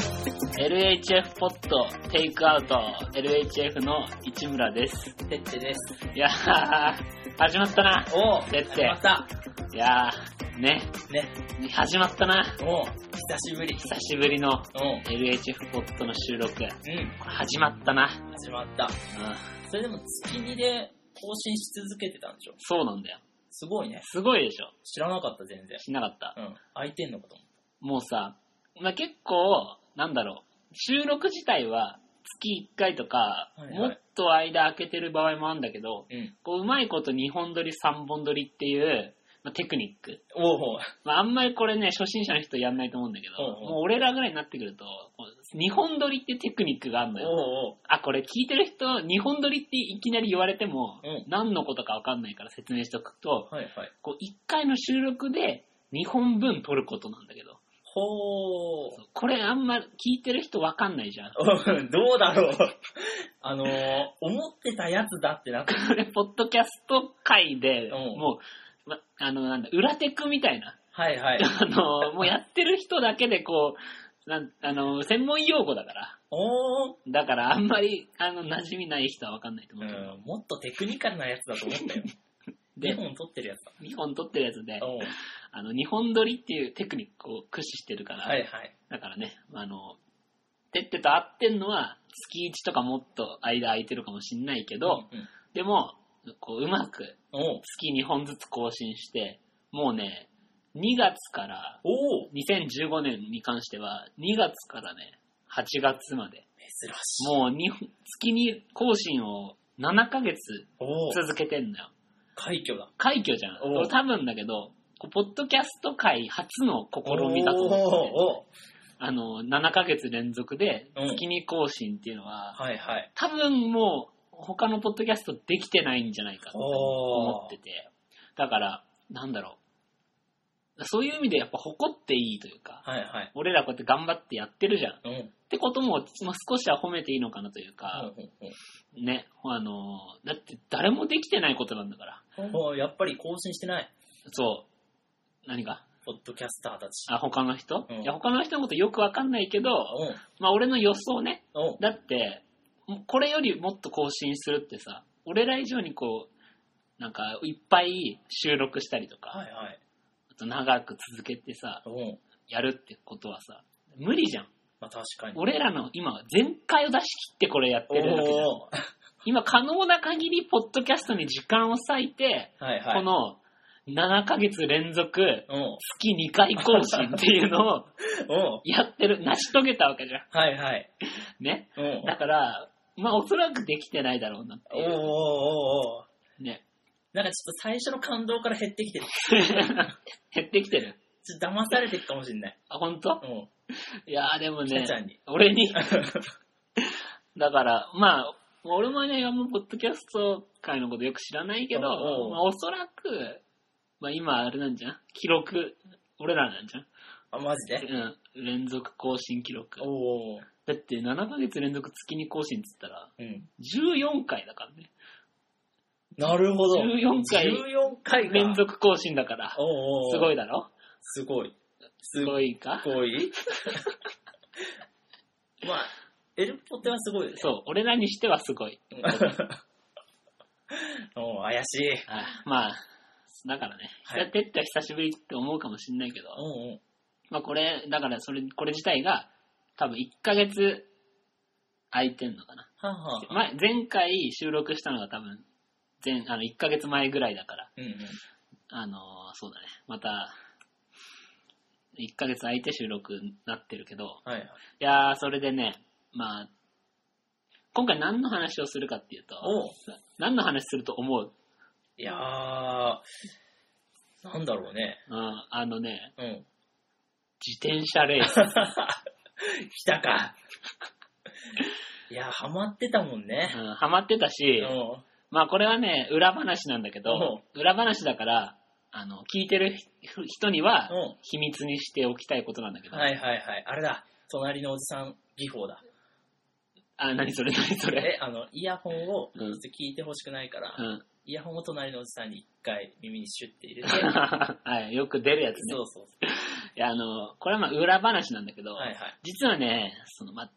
LHF ポットテイクアウト LHF の市村です。てってです。いやー、始まったな。おてって始まった。いやー、ね、ね。始まったな。お久しぶり。久しぶりのお LHF ポットの収録。うん。始まったな。始まった。うん、それでも月2で更新し続けてたんでしょそうなんだよ。すごいね。すごいでしょ。知らなかった、全然。しなかった。うん。空いてんのかと思っもうさ、まあ、結構、なんだろう、収録自体は月1回とか、はいはいもっと間空けてる場合もあるんだけど、た。うん。こう、うまいこと2本撮り3本撮りっていう、まあ、テクニック。おおうまあ、あんまりこれね、初心者の人やんないと思うんだけど、うんうんもう俺らぐらいになってくると、2本撮りってテクニックがあるのおよ。うおうあ、これ聞いてる人、2本撮りっていきなり言われても、うん何のことかわかんないから説明しておくと、はいはい。こう、1回の収録で2本分撮ることなんだけど、ほー。これあんま聞いてる人わかんないじゃん。うん どうだろう。あのー、思ってたやつだってなってる。これ、ポッドキャスト界で、うんもう、ま、あの、なんだ、裏テクみたいな。 はいはい。あの、もうやってる人だけでこう、なんあの、専門用語だから。 おー。だからあんまり、あの、馴染みない人はわかんないとう思うけど。ん、もっとテクニカルなやつだと思った よ。で2、本撮ってるやつだ。 2本撮ってるやつで、おうあの、2本撮りっていうテクニックを駆使してるから、はいはい。だからね、あの、てってと合ってんのは、月1とかもっと間空いてるかもしんないけど、うんうんでも、こう、うまくおう月2本ずつ更新して、もうね、2月から、おう2015年に関しては、2月からね、8月まで、珍しい。もうに月に更新を7ヶ月おお続けてんだよ。快挙だ。快挙じゃん。おう多分だけど、こうポッドキャスト界初の試みだと思うんですよねおーおあの、7ヶ月連続でうん月に更新っていうのーは、はいはい。多分もう他のポッドキャストできてないんじゃないかと思ってて。だから、なんだろう。そういう意味でやっぱ誇っていいというか、はいはい。俺らこうやって頑張ってやってるじゃん。っうん。てことも、まあ、少しは褒めていいのかなというか、うね、あの、だって誰もできてないことなんだから。んうんおーやっぱり更新してない。そう。何かポッドキャスターたち。あ、他の人、うんいや、他の人のことよくわかんないけど、うん。まあ俺の予想ね、うん。だって、これよりもっと更新するってさ、俺ら以上にこう、なんか、いっぱい収録したりとか、はいはい。あと長く続けてさ、うん。やるってことはさ、無理じゃん。まあ確かに。俺らの今、全開を出し切ってこれやってるわけじゃん。おー今、可能な限り、ポッドキャストに時間を割いて、はいはい。この7ヶ月連続、うん。月2回更新っていうのをうん。やってる、成し遂げたわけじゃはいはい。ん。ね。うん。だから、まあ、おそらくできてないだろうなっておーいおーう。おーおーね。 なんかちょっと最初の感動から減ってきてる。減ってきてる。ちょっと騙されてるかもしんない。あ、本当？うん。いやーでもきなねち、ゃんに。俺 に、だから、まあ、俺もね、あんまポッドキャスト界のことよく知らないけど、おうおうまあ、おそらく、まあ今あれなんじゃん記録、俺らなんじゃんあ、マジでうん。連続更新記録。おおだって7ヶ月連続月に更新っつったら、うん。 14回だからね。なるほど。 14回14回か連。続更新だから、おーおすごい。いだろすごい。すごいかすごい まあ、エルポテはすごいよね。そう、俺らにしてはすごい。うん。 おう怪しい。あまあ、だからね、はいやってったら久しぶりって思うかもしんないけど、うんうん。まあこれ、だからそれ、これ自体が、多分1ヶ月空いてんのかな。はあ、はあ、前前回収録したのが多分、前、あの、1ヶ月前ぐらいだから、うんうん。あのーそうだね、また、1ヶ月空いて収録になってるけど、はいはい。いやー、それでね、まあ、今回何の話をするかっていうと、おう何の話すると思ういやー、なんだろうね。うん、あのね、うん。自転車レース。 来たか。いやー、ハマってたもんね。うん、ハマってたしう、ん。まあこれはね、裏話なんだけど、裏話だから、あの、聞いてる人人にはうん秘密にしておきたいことなんだけど、はいはいはい。あれだ。隣のおじさん、技法だ。あ、何それ何それ。え、あの、イヤホンを、うん聞いてほしくないから、うん。 イヤホンを隣のおじさんに一回耳にシュッて入れて、はい、よく出るやつね。そうそういや、あの、これはまあ裏話なんだけど、はいは実はね、その、まあ、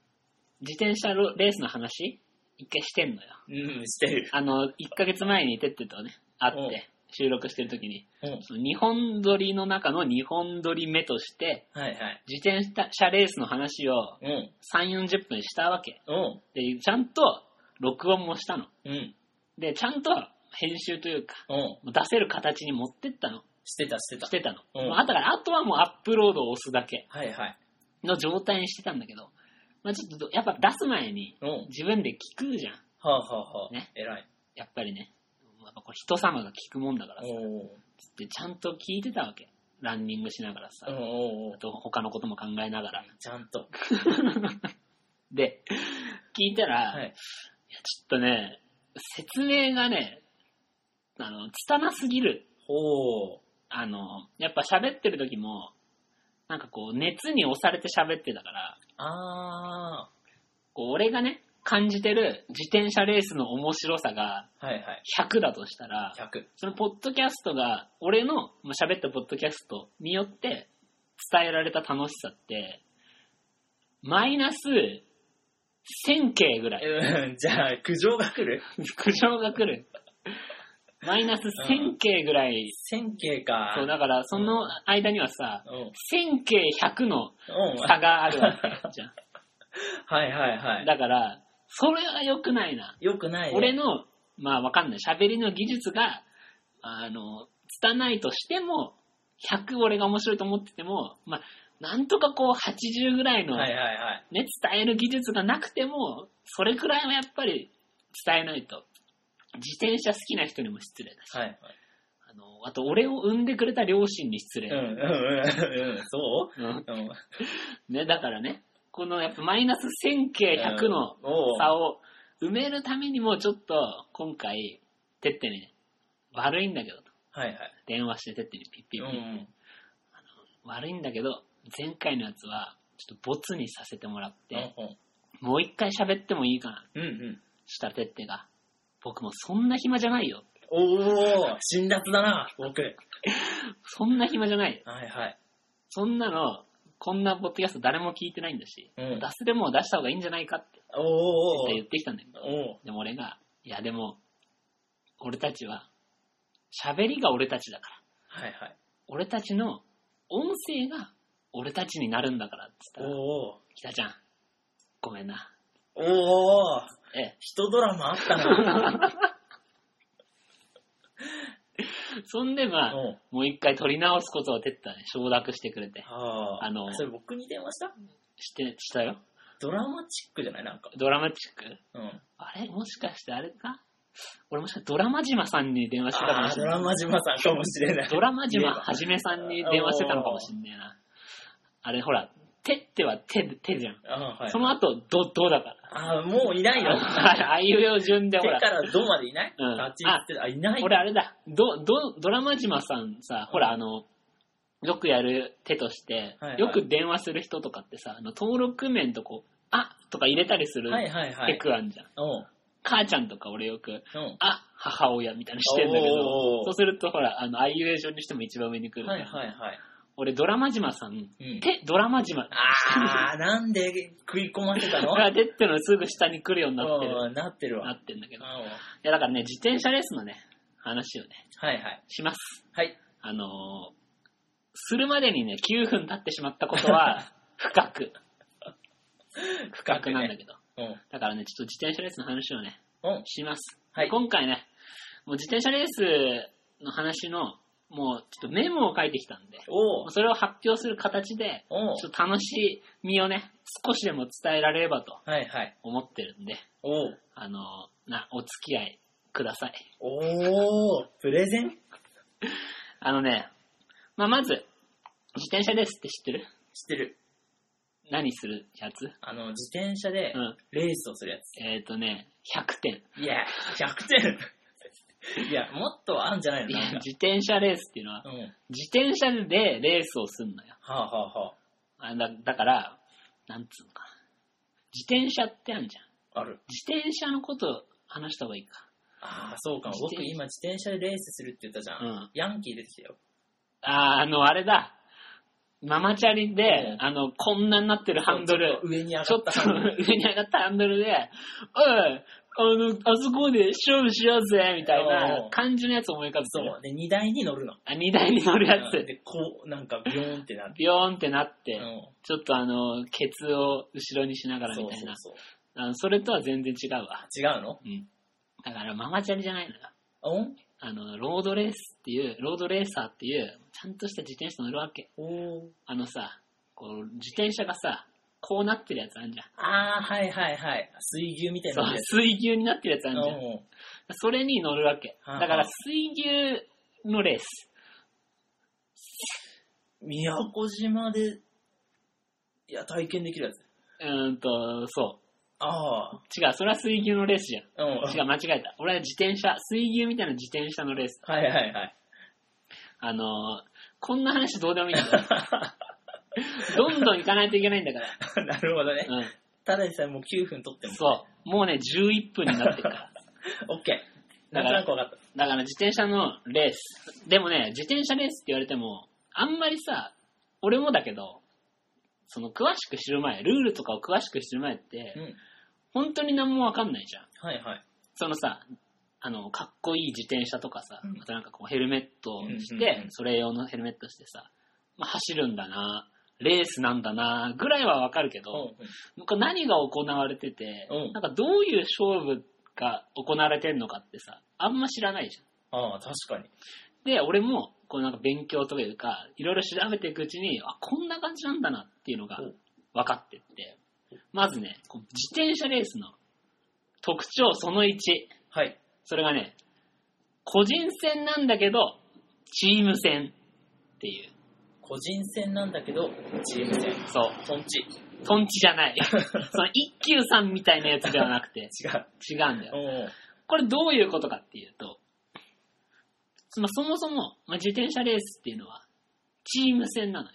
自転車ロレースの話、一回してんのよ。い。うん、してる。あの、1ヶ月前にテッテとね、会っうんて、収録してる時に、うん。はいその日本撮りの中の日本撮り目として、はい。自転車レースの話をうん。 3、40分したわけ。うん。で、ちゃんと録音もしたの。うん。で、ちゃんと編集というか、うん。出せる形に持ってったの。してた、してたし。てたの。うんもうあとから、あとはもうアップロードを押すだけはいはい。の状態にしてたんだけど、まあちょっと、やっぱ出す前にうん。自分で聞くじゃん。はあはあはあ。ね偉い。やっぱりね。やっぱこれ人様が聞くもんだからさ。おつってちゃんと聞いてたわけ。ランニングしながらさ。お。うんあおお。と他のことも考えながら。ちゃんと。で、聞いたら、、はいい。やちょっとね、説明がね、あの、拙すぎる。おお。あの、やっぱ喋ってる時も、なんかこう、熱に押されて喋ってたから、あこう、俺がね、感じてる自転車レースの面白さがー。はいはい。 100だとしたら、 100。そのポッドキャストが、俺のまあ喋ったポッドキャストによって伝えられた楽しさって、マイナス1000系ぐらい。うん、じゃあ、苦情が来る苦情が来る。マイナス1000系ぐらい。 ?1000 系か。そう、だからその間にはさ、うん。 1000系100のうん。差があるわけじゃん。はいはいはい。だから、それは良くないな。よくないね。俺の、まあわかんない、喋りの技術が、あの、拙いとしても、100俺が面白いと思ってても、まあ、なんとかこう80ぐらいの、はいね、はいはい。伝える技術がなくても、それくらいはやっぱり伝えないと。自転車好きな人にも失礼だし、はい。あの、あと俺を産んでくれた両親に失う礼。ん、うん、うん、うん、そうんううん。ね、だからね、このやっぱマイナス1000系100のおう差を埋めるためにもちょっと今回、てってにね、悪いんだけどと、はいはい。電話しててってにピッピうッピッ、ん。悪いんだけど、前回のやつは、ちょっとボツにさせてもらって、うんもう一回喋ってもいいかな、うん、うん。したらてってが、僕もそんな暇じゃないよ。おお辛辣だな、僕。はいそんな暇じゃないよ。はい。そんなの、こんなポッドキャスト誰も聞いてないんだし、うん出。すでも出した方がいいんじゃないかっておおお言ってきたんだけど、おでも俺が、いやでも、俺たちは、喋りが俺たちだから。はいはい。俺たちの音声が俺たちになるんだからってお言ったら、お北ちゃん、ごめんな。おおええ、人ドラマあったな。 そんでまあ、うん。もう一回撮り直すことをてったね、承諾してくれて。あーあのそれ僕に電話したして、したよ。ドラマチックじゃないなんか。ドラマチック。うん。あれもしかしてあれか俺もしかしてドラマ島さんに電話してたかもあしーれドない。ラマ島さんかもしれない。ドラマ島言えばはじめさんに電話してたのかもしんねえな。あれほら、手っては手、手じゃん。あーはいその後、ど、どうだから。あーもうい ないよ。 ああいうよ順で手ほらか。らドまでいないうん立ち入ってあ、いない。俺あれだ、ど、ど、ドラマ島さんさ、ほらあの、よくやる手としてはいは、いよく電話する人とかってさ、あの登録面とこう、あとか入れたりするはいはいはテい。クあんじゃん。うん。うん。母ちゃんとか俺よく、あ、母親みたいなのしてんだけおーおーおどー、そうするとほら、あの、あいうえお順にしても一番上に来るかはいら。はいはい。俺、ドラマ島さん、うん。手、ドラマ島。あー、なんで食い込ませ たのが出てのすぐ下に来るようになってる。うん、なってるなわ。ってんだけうんど。いはや、だからね、自転車レースのね、話をね、いはい。します。はい。あのーするまでにね、9分経ってしまったことは、深く、深くなんだけど。うん。だからね、ちょっと自転車レースの話をね、うん。します。はい。今回ね、もう自転車レースの話の、もうちょっとメモを書いてきたんで、おうそれを発表する形で、おうちょっと楽しみをね、少しでも伝えられればとはいはい。思ってるんで、おうあのーな、お付き合いください。おー、プレゼンあのね、まあ、まず、自転車レースって知ってる知ってる。何するやつあの、自転車でうんレースをするやつ。えっ、ー、とね、100点。いや、100点。いや、もっとあんじゃないのいやなんか。自転車レースっていうのはう、ん。は自転車でレースをすんのよ。あはあはあ。あだだから、なんつうのかな。自転車ってあるじゃん。ある。自転車のこと話した方がいいか。ああ、そうか。自僕転今自転車でレースするって言ったじゃん。うん。ヤンキー出てきたよ。あー、あの、あれだ。ママチャリで、うんあの、こんなになってるハンドル。。上に上がっちょったとハンドル。上に上がったハンドルで、おい、あの、あそこで勝負しようぜ、みたいおなう感じのやつ思い浮かべてそる。う。で、荷台に乗るの。あ、荷台に乗るやうんつ。で、こう、なんかビヨーンってなって。ビヨーンってなって、うんちょっとあの、ケツを後ろにしながらそみうたいそうな。そう。あのそれとは全然違うわ。違うのうん。だから、ママチャリじゃないのよ。おんあの、ロードレースっていう、ロードレーサーっていう、ちゃんとした自転車乗るわけ。おーあのさ、こう、自転車がさ、こうなってるやつあるじゃん。ああ、はいはいはい。水牛みたいそなうや、水牛になってるやつあつ。るじゃん。うんそれに乗るわけ。はあだから、水牛のレース。宮古島で、いや、体験できるやつ。うーんと、そああ、う。違う、それは水牛のレースじゃん。うん。違う、間違えた。俺は自転車、水牛みたいな自転車のレース。はいはいはい。 あのーこんな話どうでもいいんだ よどんどん行かないといけないんだかなるほどね。ら。うん。ただでさえもう9分取っても。そう。もうね、11分になってるから。オッケー。なんとなく分かっ。だから自転車のレース。でもね、自転車レースって言われても、あんまりさ、俺もだけど、その詳しく知る前、ルールとかを詳しく知る前ったうて、ん。本当に何もわかんないじゃん。はいはい。そのさ、あの、かっこいい自転車とかさ、うんあとなんかこうヘルメットをしうんうんてう、んそれ用のヘルメットしてさ、まあ、走るんだな、レースなんだな、ぐらいはわかるけど、うなんか何が行われてて、うんなんかどういう勝負が行われてんのかってさ、あんま知らないじゃん。ん。ああ、確かに。で、俺も、こうなんか勉強というか、いろいろ調べていくうちに、あ、こんな感じなんだなっていうのがうん分かってって、まずね、こう自転車レースの特徴その1。はい。それがね、個人戦なんだけど、チーム戦っていう。個人戦なんだけど、チーム戦。そう。トンチ。違トンチじゃない。その一休さんみたいなやつではなくて、う。違うんだよ。おこれどういうことかっていうと、つまあ、そもそも、まあ、自転車レースっていうのは、チーム戦なのよ。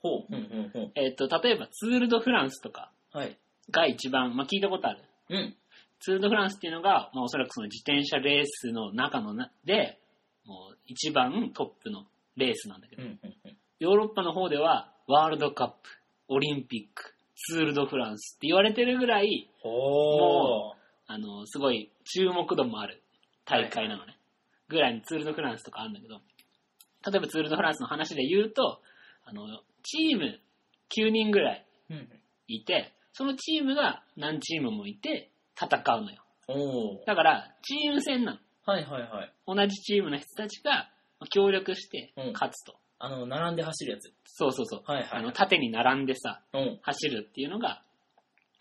ほう。うんうんほえっ、と、例えばツール・ド・フランスとかう。はい。が一番、まあ、聞いたことある。うん。ツール・ド・フランスっていうのが、まあ、おそらくその自転車レースの中のなで、もう一番トップのレースなんだけど、うんうんうん。ヨーロッパの方では、ワールドカップ、オリンピック、ツール・ド・フランスって言われてるぐらい、ほう。あの、すごい注目度もある大会なのね。ぐらいにツール・ド・フランスとかあるんだけど、例えばツール・ド・フランスの話で言うと、あの、チーム9人ぐらいうんうん。いて、そのチームが何チームもいて戦うのよ。おーだから、チーム戦なはいはいはい。の。同じチームの人たちが協力してうん勝つと。あの、並んで走るやつ。そうそうそう。はいはあいの、。縦に並んでさ、うん。走るっていうのが、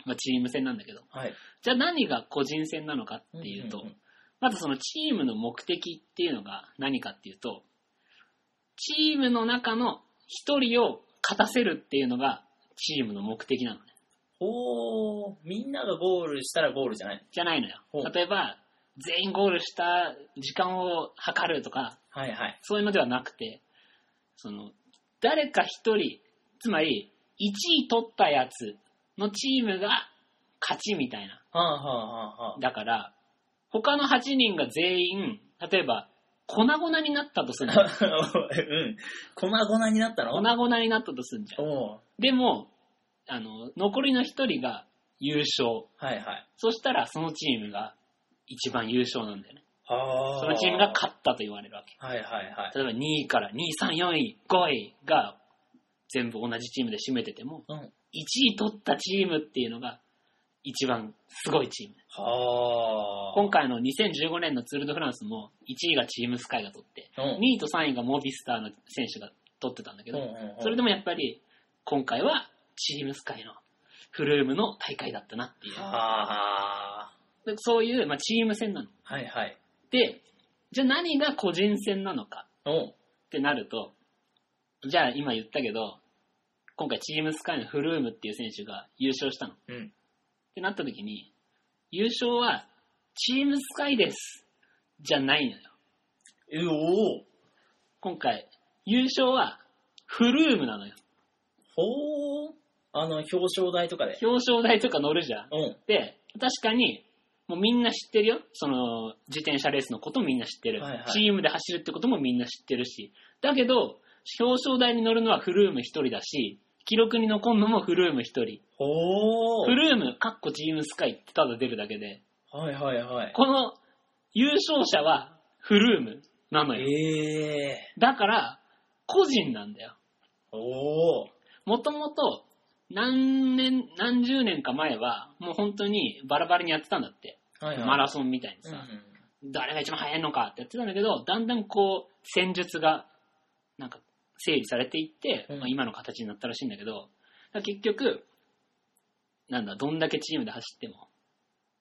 まあ、チーム戦なんだけど、はい。じゃあ何が個人戦なのかっていうと、んんんまずそのチームの目的っていうのが何かっていうと、チームの中の一人を勝たせるっていうのがチームの目的なのね。ほう。みんながゴールしたらゴールじゃないじゃないのよほう。例えば、全員ゴールした時間を測るとか、はいはい。そういうのではなくて、その、誰か一人、つまり、1位取ったやつのチームが勝ちみたいな。はあはあはあはあ。 だから、他の8人が全員、例えば、粉々になったとするじ ゃん。うん。粉々になったの粉々になったとするじゃん。おうでも、あの、残りの1人が優勝。はいはい。そしたら、そのチームが一番優勝なんだよね。はそのチームが勝ったと言われるわけ。はいはいはい。例えば2位から2位、3位、4位、5位が全部同じチームで占めてても、うん。 1位取ったチームっていうのが一番すごいチーム。はあ。今回の2015年のツール・ド・フランスも1位がチームスカイが取って、うん2位と3位がモビスターの選手が取ってたんだけうんど、うんうんそれでもやっぱり今回はチームスカイのフルームの大会だったなっていう。はあ。でそういう、まあ、チーム戦なの。はいはい。で、じゃあ何が個人戦なのかおうってなると、じゃあ今言ったけど、今回チームスカイのフルームっていう選手が優勝したの。っうん。てなった時に、優勝はチームスカイです。じゃないのよ。え、おう今回、優勝はフルームなのよ。ほう。あの、表彰台とかで。表彰台とか乗るじゃん。うん。で、確かに、もうみんな知ってるよ。その、自転車レースのことみんな知ってる。はいはいチームで走るってこともみんな知ってるし。だけど、表彰台に乗るのはフルーム一人だし、記録に残るのもフルーム一人。おフルーム、かっこチームスカイってただ出るだけで、はいはいはい。この優勝者はフルームなのよ。ええだから、個人なんだよ。ー。おー。もともと、何年、何十年か前は、もう本当にバラバラにやってたんだって。はいはい。マラソンみたいにうんうさ、ん誰が一番速いのかってやってたんだけど、だんだんこう、戦術が、なんか、整理されていって、うんまあ、今の形になったらしいんだけど、だから結局、なんだ、どんだけチームで走っても、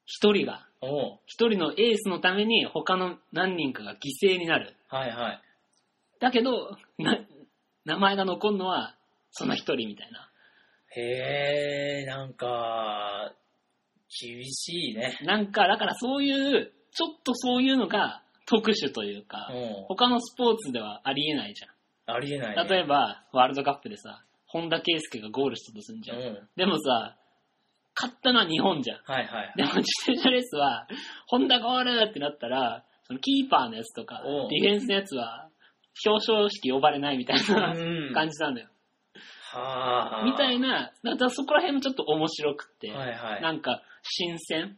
一人が、おー。一人のエースのために他の何人かが犠牲になる。はいはい。だけど、な名前が残るのは、その一人みたいな。へえ、なんか、厳しいね。なんか、だからそういう、ちょっとそういうのが特殊というか、うん。他のスポーツではありえないじゃありえない、ん。例えば、ワールドカップでさ、本田圭佑がゴールしたとするじゃん。うん。でもさ、勝ったのは日本じゃん。はいはい。でも自転車レースは、本田ゴールってなったら、そのキーパーのやつとかうん、ディフェンスのやつは、表彰式呼ばれないみたいなうん感じなんだよ。はあ。みたいな。な、だからそこら辺もちょっと面白くって、はいはい。なんか新鮮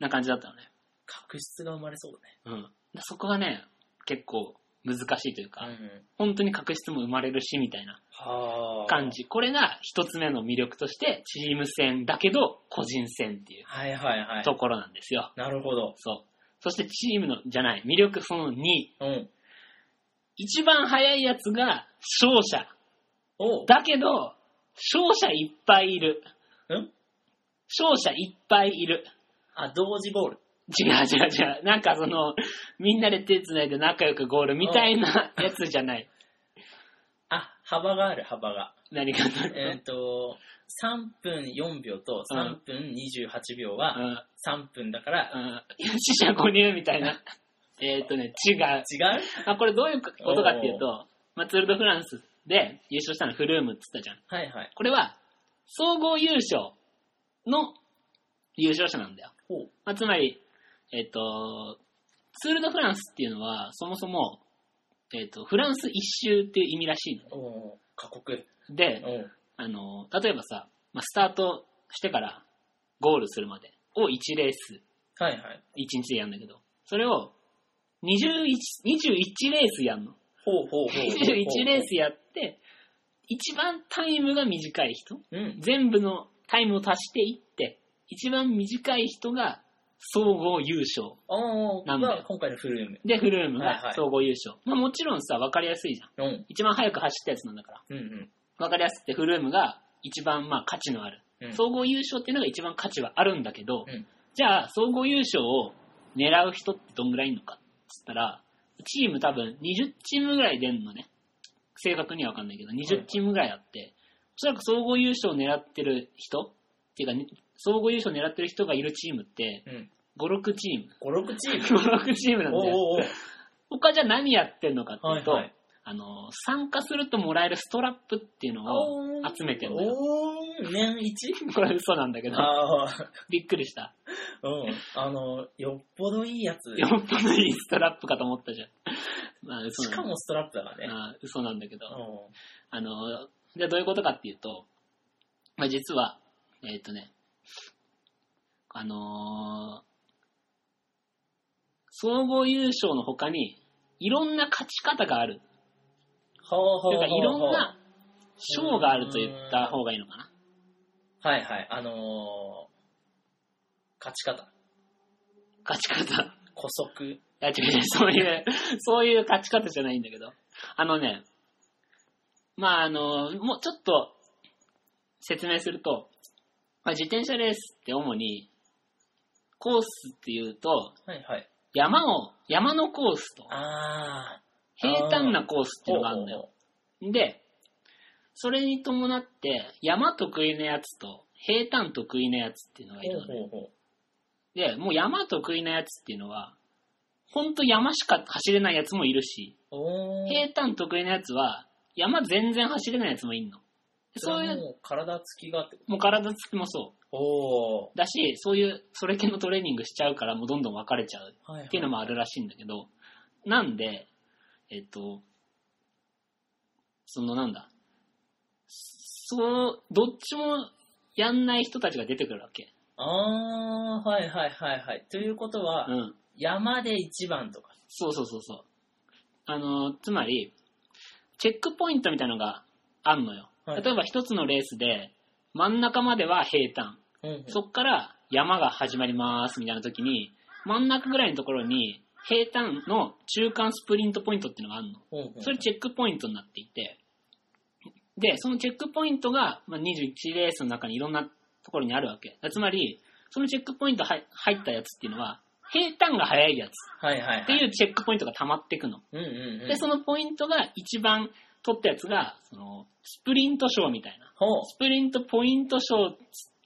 な感じだったのね。確執が生まれそうだうん、そこがね、結構難しいというか、ね。うん。本当に確執も生まれるしみたいなはあ。感。じ。これが一つ目の魅力として、チーム戦だけど個人戦っていうはいはいはい。ところなんですよ。なるほど。そう。そしてチームの、じゃない、魅力その2。うん。一番早いやつが勝者。おう。だけど、勝者いっぱいいる。ん勝者いっぱいいる。あ、同時ボール。違う違う違う。なんかその、みんなで手繋いで仲良くゴールみたいなやつじゃない。あ、幅がある、幅が。何かというとえっ、と、3分4秒とうん3分28秒うはん3分だから、うん。死者5入みたいな。えっとね、違う。違うあ、これどういうことかっていうと、まあ、ツール・ド・フランスで優勝したのフルームって言ったじゃん。はいはい。これは、総合優勝の優勝者なんだよ。ほう。まあ、つまり、えっ、と、ツール・ド・フランスっていうのは、そもそも、えっ、と、フランス一周っていう意味らしいおう過酷。の。で、おうあの、例えばさ、まあ、スタートしてからゴールするまでを1レースはいはい。 1日でやるんだけど、それを21、21レースやんの。ほうほうほうほう。 21レースやって、一番タイムが短い人、うん。全部のタイムを足していって、一番短い人が総合優勝。おー、なんだよが今回のフルーム。で、フルームはいはがい総合優勝。まあもちろんさ、わかりやすいじゃん。うん。一番早く走ったやつなんだから。うんわかりやすくてフルームが一番まあ価値のある。うん。うん。総合優勝っていうのが一番価値はあるんだけど、うんじゃあ総合優勝を狙う人ってどんぐらいいるのかっつったら、チーム多分20チームぐらい出んのね。正確にはわかんないけど、20チームぐらいあって、おそらく総合優勝を狙ってる人っていうか、ね総合優勝を狙ってる人がいるチームって、うん。 5、6チーム。 5、6チーム。 5、6チームなんおで、うおう他じゃ何やってんのかっていうと、はいはいあの、参加するともらえるストラップっていうのをおう。集めてんのよ。おー、年 1? これ嘘なんだけど、ああ、びっくりした。うん。あの、よっぽどいいやつ。よっぽどいいストラップかと思ったじゃん。まあ、嘘しなんかもストラップだからね。あー嘘なんだけど。うんあの、じゃあどういうことかっていうと、まあ、実は、えーっ、とね、あのー総合優勝の他に、いろんな勝ち方がある。ほうほとういうほうほか、ういろんな賞があると言った方がいいのかな。はいはい。あのー、勝ち方。勝ち方。古速。いや、違う違う、そういう、そういう勝ち方じゃないんだけど。あのね、まあ、あの、もうちょっと説明すると、まあ、自転車レースって主に、コースっていうと、はいはい。山を、山のコースと、あ平坦なコースっー。ていうのがあるんだよ。で、それに伴って、山得意なやつと、平坦得意なやつっていうのがいほるうのね。ほうほで、もう山得意なやつっていうのは、ほんと山しか走れないやつもいるし、う。おー。平坦得意なやつは、山全然走れないやつもいんの。そういれはう、もう体つきがってこもう体つきもそとおう。だし、そういう、それ系のトレーニングしちゃうから、もうどんどん分かれちゃうー。はい、っていうのもあるらしいんだけど、なんで、えっと、そのなんだ、そう、どっちもやんない人たちが出てくるわけ。あー、はいはいはいはい。ということは、うん。山で一番とか。そうそうそうそう。あの、つまり、チェックポイントみたいなのがあんのよ。はい例えば一つのレースで、真ん中までは平坦。うんうんそっから山が始まりますみたいな時に、真ん中ぐらいのところに、平坦の中間スプリントポイントっていうのがあるの。うんうんそれチェックポイントになっていて、で、そのチェックポイントが、まあ、21レースの中にいろんなところにあるわけ。つまり、そのチェックポイント入入ったやつっていうのは、平坦が早いやつはいはいはい。っていうチェックポイントが溜まっていくの。うんうんうん。で、そのポイントが一番取ったやつが、その、スプリント賞みたいな。ほう。スプリントポイント賞っつっ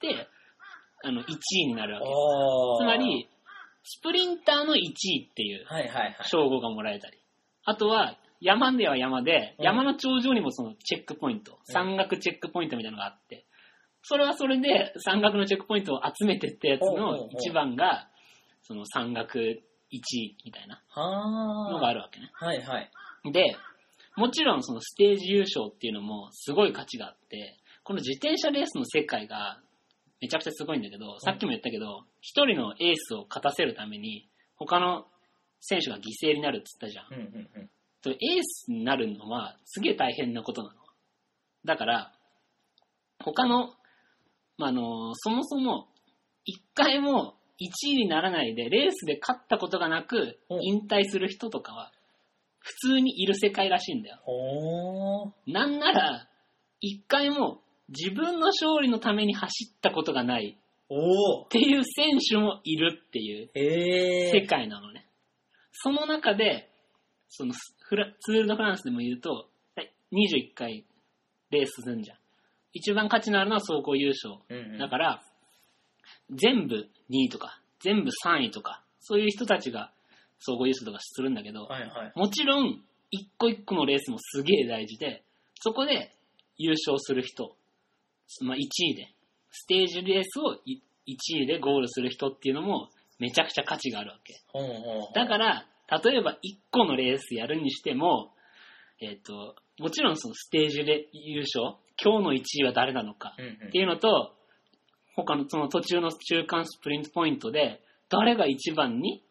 て、あの、1位になるわけ。おつーま、り、スプリンターの1位っていうはいはいはい。称号がもらえたり。あとは、山では山で、うん山の頂上にもそのチェックポイント、山岳チェックポイントみたいなのがあって、それはそれで山岳のチェックポイントを集めてったやつほうほうのほう一番が、その山岳1位みたいなのがはあるわけね。ー。はいはい。で、もちろんそのステージ優勝っていうのもすごい価値があって、この自転車レースの世界がめちゃくちゃすごいんだけど、さっきも言ったけど、一、人のエースを勝たせるために、他の選手が犠牲になるって言ったじゃんうんうんうん。と。エースになるのはすげえ大変なことなの。だから、他の、まあ、あの、そもそも、一回も1位にならないで、レースで勝ったことがなくうん、引退する人とかは、普通にいる世界らしいんだよ。ほー。なんなら、一回も自分の勝利のために走ったことがないおーっ。ていう選手もいるっていうえー。世界なのね。その中で、そのフラツール・ド・フランスでも言うと、21回レースすんじゃん。一番価値のあるのは走行優勝。うんうん。だから、全部2位とか、全部3位とか、そういう人たちが総合優勝とかするんだけど、はいはい。もちろん、一個一個のレースもすげえ大事で、そこで優勝する人、まあ、1位で、ステージレースを1位でゴールする人っていうのも、めちゃくちゃ価値があるわけ。ほうほうほう。だから、例えば1個のレースやるにしても、えっ、と、もちろんそのステージで優勝、今日の1位は誰なのか、うんうん、っていうのと、他のその途中の中間スプリントポイントで、誰が一番に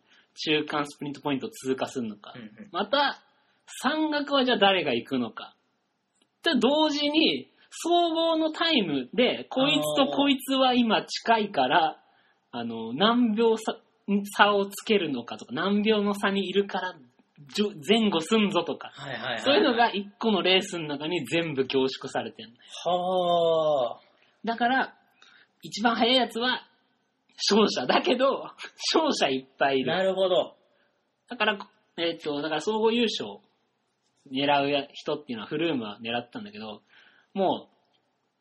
中間スプリントポイントを通過するのかう。んうんまた、山岳はじゃあ誰が行くのか。と同時に、総合のタイムで、こいつとこいつは今近いから、あの、何秒差差をつけるのかとか、何秒の差にいるから、じょ前後すんぞとか、はいはいはい。そういうのが一個のレースの中に全部凝縮されてる。はあ。だから、一番早いやつは、勝者。だけど、勝者いっぱいいなる。るほど。だから、えっ、と、だから総合優勝狙うや人っていうのは、フルームは狙ったんだけど、もう、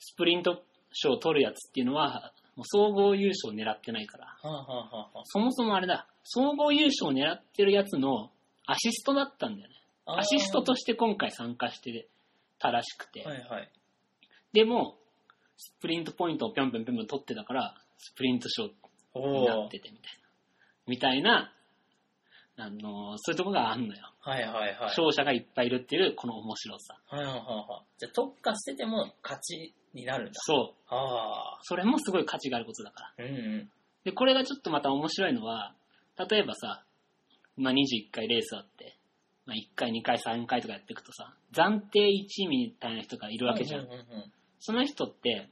スプリント賞を取るやつっていうのは、もう総合優勝狙ってないから。はあ、はあはあはそもそもあれだ、総合優勝を狙ってるやつのアシストだったんだよね。あ、アシストとして今回参加してたらしくて。はいはい。でも、スプリントポイントをぴょんぴょんぴょんぴょん取ってたから、スプリント賞になおっーててみたいな。みたいな、あのーそういうとこがあんのよ。はいはいはい。勝者がいっぱいいるっていう、この面白さ。はいはいはいはい。じゃあ特化してても勝ちになるんだ。そう。はあ。それもすごい価値があることだから。うんうん。で、これがちょっとまた面白いのは、例えばさ、まあ、21回レースあって、まあ、1回、2回、3回とかやっていくとさ、暫定1位みたいな人がいるわけじゃん。うんうんうん、その人って、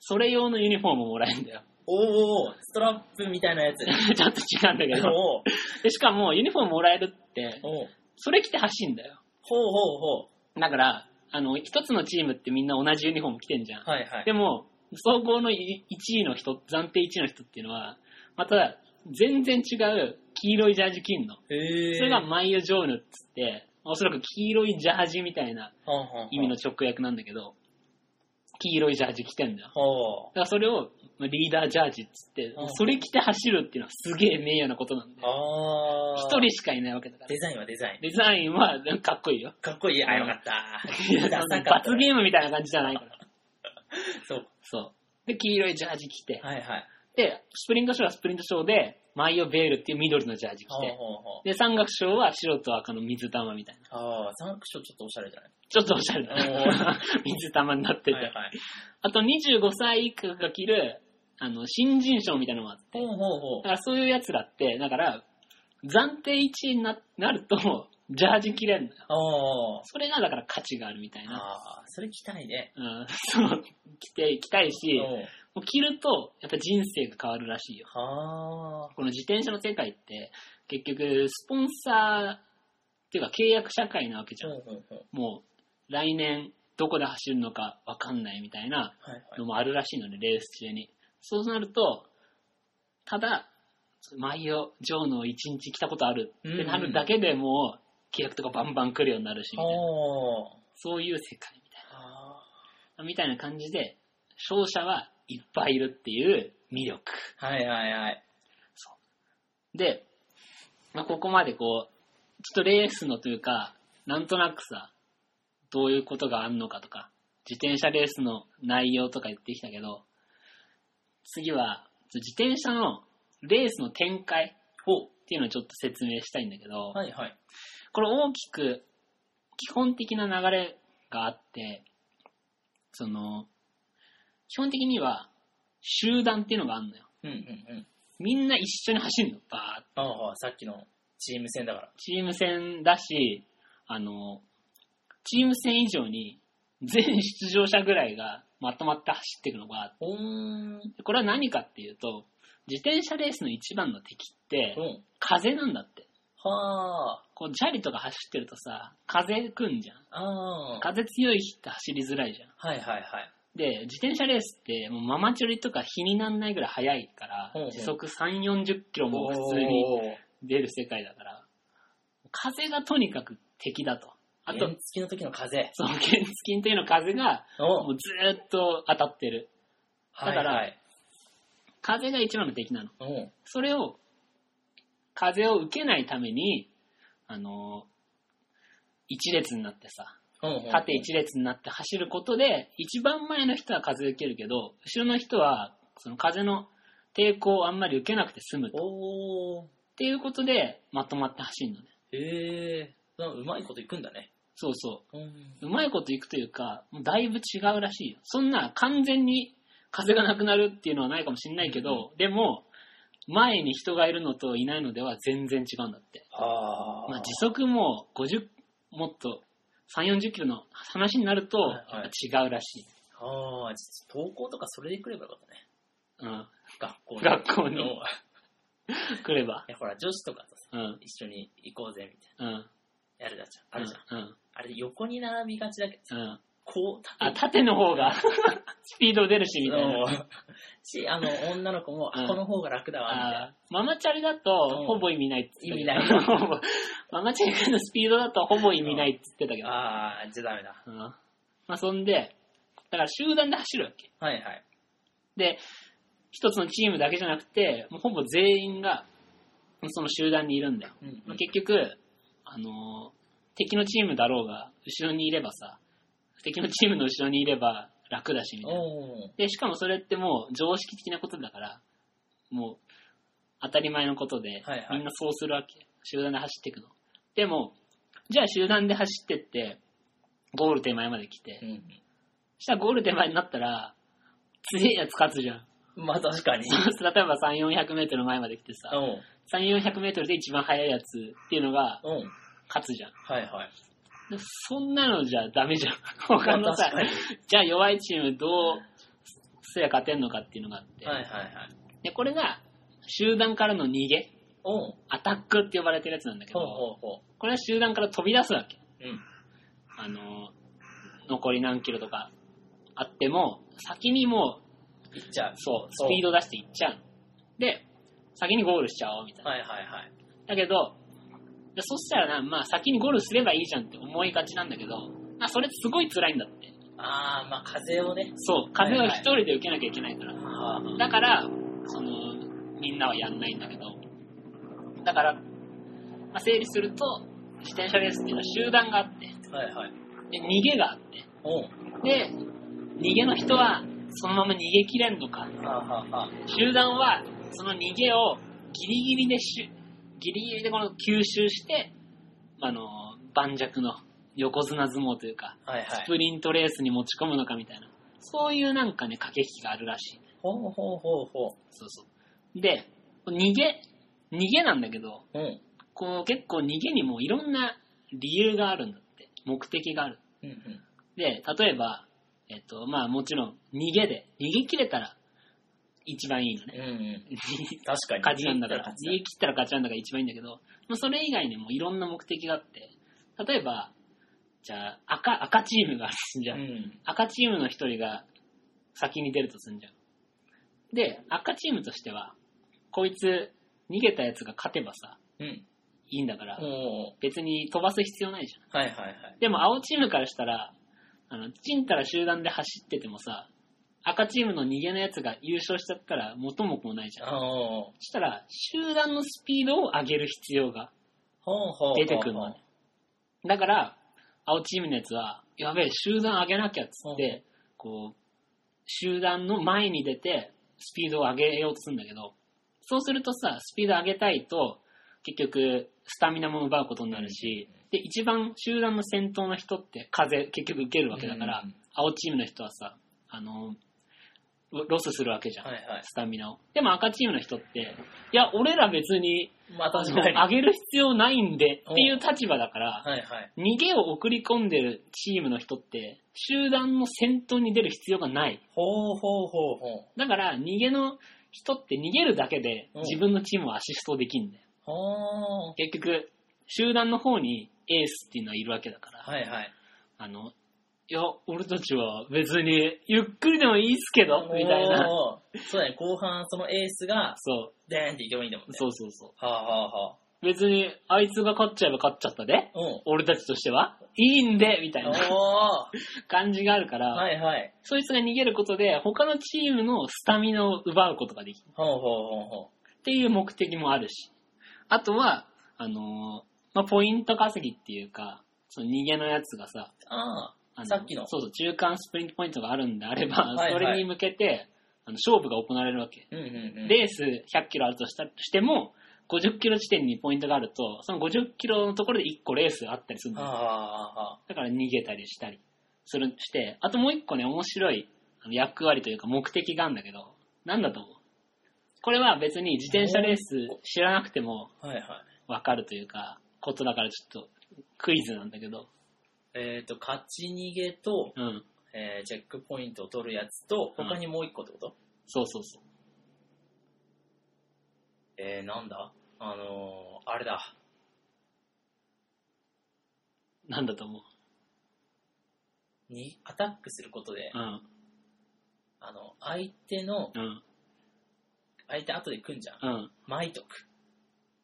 それ用のユニフォームをもらえるんだよ。おー、ストラップみたいなやつ。ちょっと違うんだけど。おー、で、しかも、ユニフォームもらえるって、おー。それ着て走んだよ。ほうほうほだから、あの、一つのチームってみんな同じユニフォーム着てんじゃんう。。はいはい。でも、総合の1位の人、暫定1位の人っていうのは、また、全然違う黄色いジャージ着んの。へえ。それがマイヨジョーヌっつって、おそらく黄色いジャージみたいなはんはんはん意味の。直訳なんだけど、黄色いジャージ着てんだよ。ほだからそれをリーダージャージっつってうん、それ着て走るっていうのはすげえ名誉なことなんだう。よ。あー。一人しかいないわけだからデ。ザインはデザイン。デザインはかっこいいよ。 かっこいい。あ、よかった。 罰ゲームみたいな感じじゃないから。そう。そう。で、黄色いジャージ着て、はいはい。で、スプリント賞はスプリント賞で、マイオベールっていう緑のジャージ着ほうて、ほうほう。で、山岳賞は白と赤の水玉みたいな。ああ、三区賞ちょっとおしゃれじゃないちょっとおしゃれだな。 水玉になってて。はいはい。あと25歳以下が着る、あの、新人賞みたいなのがあって、ほうほうほだうか。らそういう奴らって、だから、暫定1位にななると、ジャージ着れんのよ。あそれがだから価値があるみたいあ。な。ああ、それ着たいね。うん、 そう、着て、着たいし、もうんう着ると、やっぱ人生が変わるらしいよ。はあ。この自転車の世界って、結局、スポンサーっていうか契約社会なわけじゃほん。うほうほう。もう、来年どこで走るのかわかんないみたいなはいはい。のもあるらしいので、レース中に。そうなると、ただ、毎夜、ジョーの一日来たことあるってなるだけでもう、契約とかバンバン来るようになるし、みたいなほう。そういう世界みたいはあな。みたいな感じで、勝者はいっぱいいるっていう魅力。はいはいはい。で、まあ、ここまでこう、ちょっとレースのというか、なんとなくさ、どういうことがあんのかとか、自転車レースの内容とか言ってきたけど、次は、自転車のレースの展開っていうのをちょっと説明したいんだけど、はいはい。これ大きく基本的な流れがあって、その、基本的には集団っていうのがあるのよ。うんうんうん。みんな一緒に走るの、バーって。ああ、さっきのチーム戦だから。チーム戦だし、あの、チーム戦以上に全出場者ぐらいがまとまって走っていくのがあっほーん。て、これは何かっていうと、自転車レースの一番の敵ってう、ん。風なんだって。はあ。こう、チャリとか走ってるとさ、風くんじゃん。ああ。風強い日って走りづらいじゃん。はいはいはい。で、自転車レースって、もうママチョリとか日になんないぐらい速いからほうほう、時速3、40キロも普通にに。出る世界だから、風がとにかく敵だと。ああとと、、月の時の風。その原付近というの風が、もおうずーっと当たってる。だだからはい風が一番の敵なの。はい、うん。それを、風を受けないために、あのー一列になってさ、うんうん縦一列になって走ることで、一番前の人は風受けるけど、後ろの人は、その風の抵抗をあんまり受けなくて済むと。っおー。ていうことで、まとまって走るのね。へえ。なうまいこといくんだね。そうそう。うん。うまいこといくというか、もうだいぶ違うらしいよ。そんな完全に風がなくなるっていうのはないかもしれないけど、でも、前に人がいるのといないのでは全然違うんだって。ああ。まあ、時速も50、もっと3、40キロの話になると、はいはいやっぱ違うらしい。ああ、実登校とかそれで来ればよかったね。うん。学校に。学校うんいに来れば。や、ほら、女子とかとさ、うん、一緒に行こうぜ、みたいうん、な。やるだじゃん。あるじゃん。うん、あれ、横に並びがちだけど、うん。こう、あ、縦の方が、 スピード出るし、みたいな。うんし、あの、女の子も、うんあこの方が楽だわ、みたいな。あーママチャリだと、ほぼ意味ないっつってたけど意味な ママチャリのスピードだと、ほぼ意味ないっつってたけど。ああ、じゃあダメだ。うんまあ、そんで、だから集団で走るわけ。はいはい。で、一つのチームだけじゃなくて、もうほぼ全員が、その集団にいるんだよ。うんまあ結局、あのー敵のチームだろうが、後ろにいればさ、敵のチームの後ろにいれば楽だし、みたいな。おーで、しかもそれってもう常識的なことだから、もう当たり前のことで、はいはいみんなそうするわけ。集団で走っていくの。でも、じゃあ集団で走ってって、ゴール手前まで来て、うんしたらゴール手前になったら、強いやつ勝つじゃん。 うん。まあ確かに。例えば3、400メートル前まで来てさ、ん。 3、400メートルで一番速いやつっていうのがうん。勝つじゃん。はいはい。でそんなのじゃダメ じゃん。他まのあさ確、かに。じゃあ弱いチームどうすりゃ勝てんのかっていうのがあって、はいはいはい。で、これが集団からの逃げ、おうアタックって呼ばれてるやつなんだけほうど、ほうほこれは集団から飛び出すわけ。う。うん。あの、残り何キロとかあっても、先にもいっちゃうう、。そう、スピード出していっちゃうの。で、先にゴールしちゃおうみたいな。はいはいはい。だけど、でそしたらな、まあ先にゴールすればいいじゃんって思いがちなんだけど、まあそれすごい辛いんだって。ああ、まあ風をね。そう、風を一人で受けなきゃいけないから。あーだから、その、みんなはやんないんだけど、だから、まあ、整理すると、自転車レースっていうのは集団があって、はいはい。で、逃げがあって、おうで、逃げの人はそのまま逃げ切れんのか。はあ、はあはあ、集団は、その逃げをギリギリでしゅ、ギリギリでこの吸収して、あの、盤石の横綱相撲というか、はいはスい。プリントレースに持ち込むのかみたいな、そういうなんかね、駆け引きがあるらしい。ほうほうほうほそうそう。で、逃げ、逃げなんだけど、う。うん。こう結構逃げにもいろんな理由があるんだって。目的がある。うんうん。で、例えば、えっと、まあもちろん逃げで、逃げ切れたら一番いいの うね。んうん。確かに。勝ちなんだから、逃げい切ったら勝ちなんだから一番いいんだけど、もうそれ以外にもいろんな目的があって、例えば、じゃあ赤、赤チームがあるじゃ。うんん。赤チームの一人が先に出るとすんじゃん。で、赤チームとしては、こいつ逃げたやつが勝てばさ、うん。いいんだから、お別に飛ばす必要ないじゃん。ーはいはいはい。でも青チームからしたら、あの、ちんたら集団で走っててもさ、赤チームの逃げのやつが優勝しちゃったら元も子もないじゃん。おーそしたら、集団のスピードを上げる必要がほうほう。出てくるのね。だから、青チームのやつは、やべえ、集団上げなきゃっつって、こう、集団の前に出て、スピードを上げようとするんだけど、そうするとさ、スピード上げたいと、結局、スタミナも奪うことになるし、で、一番集団の先頭の人って風、結局受けるわけだから、うん青チームの人はさ、あの、ロロスするわけじゃん、はいはスタミナを。でも赤チームの人って、いや、俺ら別に、い。まあ確かに。上げる必要ないんでっていう立場だから、はいはい。逃げを送り込んでるチームの人って、集団の先頭に出る必要がない。ほうほうほうほう。だから、逃げの人って逃げるだけでうん自分のチームをアシストできるんだよ。ほう。結局、集団の方にエースっていうのはいるわけだから、はいはい。あの、いや、俺たちは別にゆっくりでもいいっすけど、みたいな。おー。そうだね、後半そのエースが、そでーんっていけばいいんだもんう、ね。そうそうそう。はあはあはあ。別に、あいつが勝っちゃえば勝っちゃったで、 うん。俺たちとしては、いいんで、みたいなお感じがあるから、ー。はいはい。そいつが逃げることで、他のチームのスタミナを奪うことができる。ほうほうほうほっていう目的もあるし。あとは、あのーまあ、ポイント稼ぎっていうか、その逃げのやつがさ、う。ああのさっきのそうそう、中間スプリントポイントがあるんであれば、はいはいそれに向けて、あの勝負が行われるわけ。ー。うんうんうん。、レース100キロあるとしたしても、50キロ地点にポイントがあると、その50キロのところで1個レースあったりするんだはよあはあはだから逃げたりしたりするして、あともう一個ね、面白いあの役割というか目的があるんだけど、なんだと思うこれは別に自転車レース知らなくてもあ。はいはい。わかるというか、ことだからちょっとクイズなんだけど、えっ、ー、と、勝ち逃げと、うん。えー、チェックポイントを取るやつと、うん他にもう一個ってこと、そうそうそう。えー、なんだあのー、あれだ。なんだと思うに、アタックすることで、うん。あの、相手の、うん。相手後で組んじゃん。うん。巻いとく。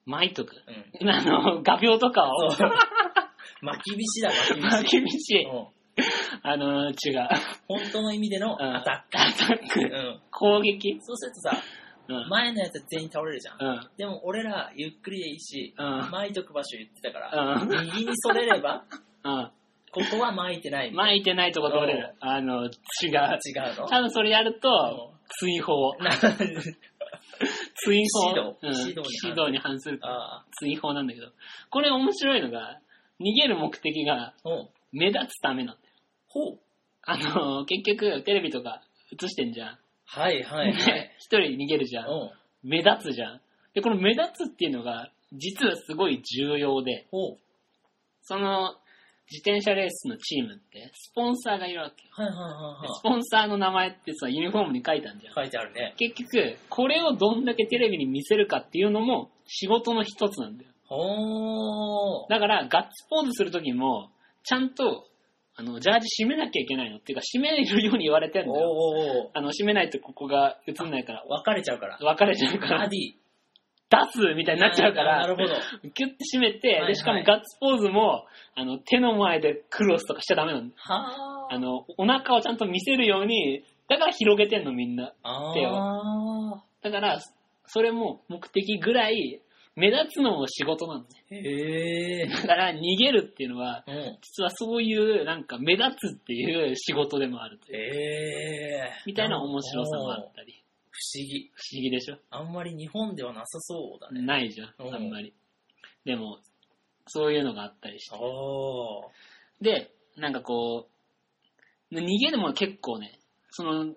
巻いとく。うん。あの、画鋲とかを、そう 巻き菱だ、巻巻き菱。き道、うん。あの、違う。本当の意味でのうんアアタタッック。ク。うん。攻撃そうするとさ、うん。前のやつは全員倒れるじゃん。うん。でも俺ら、ゆっくりでいいし、うん。巻いとく場所言ってたから、うん。右にそれれば、 うん。ここは巻いてない。巻いてないとこ通れる。あの、違う。違うの多分それやると、う追放。んな追放。指導うん、指導に反する指導に反するから、ああ、追放なんだけど。これ面白いのが、逃げる目的がうん。目立つためなんだよ。ほう。あの、結局、テレビとか映してんじゃん。はいはいはいね。一人逃げるじゃ。うんん。目立つじゃん。で、この目立つっていうのが、実はすごい重要で、ほう。その、自転車レースのチームって、スポンサーがいるわけよ。はいはいではいスはポンサーの名前ってさ、ユニフォームに書いてあるじゃんい。。書いてあるね。結局、これをどんだけテレビに見せるかっていうのも仕事の一つなんだよ。ほー。だから、ガッツポーズするときも、ちゃんと、あの、ジャージ締めなきゃいけないのっていうか、締めるように言われてんおだよ。ーおーおあの、締めないとここが映んない からー。、分かれちゃうから。別れちゃうかバら、ディ。出すみたいになっちゃうかなら る、ほど。ギュッて締めては、いはで、いしかもガッツポーズも、あの、手の前でクロスとかしちゃダメなんだよ。はあの、お腹をちゃんと見せるように、だから広げてんのみんな。あー。手をだから、それも目的ぐらい、目立つのも仕事なのね。へえ。だから逃げるっていうのは、うん。実はそういう、なんか目立つっていう仕事でもあるという。ええ。みたいな面白さもあったり。不思議。不思議でしょあんまり日本ではなさそうだね。ないじゃん、うんあんまり。でも、そういうのがあったりして。おー。で、なんかこう、逃げるも結構ね、その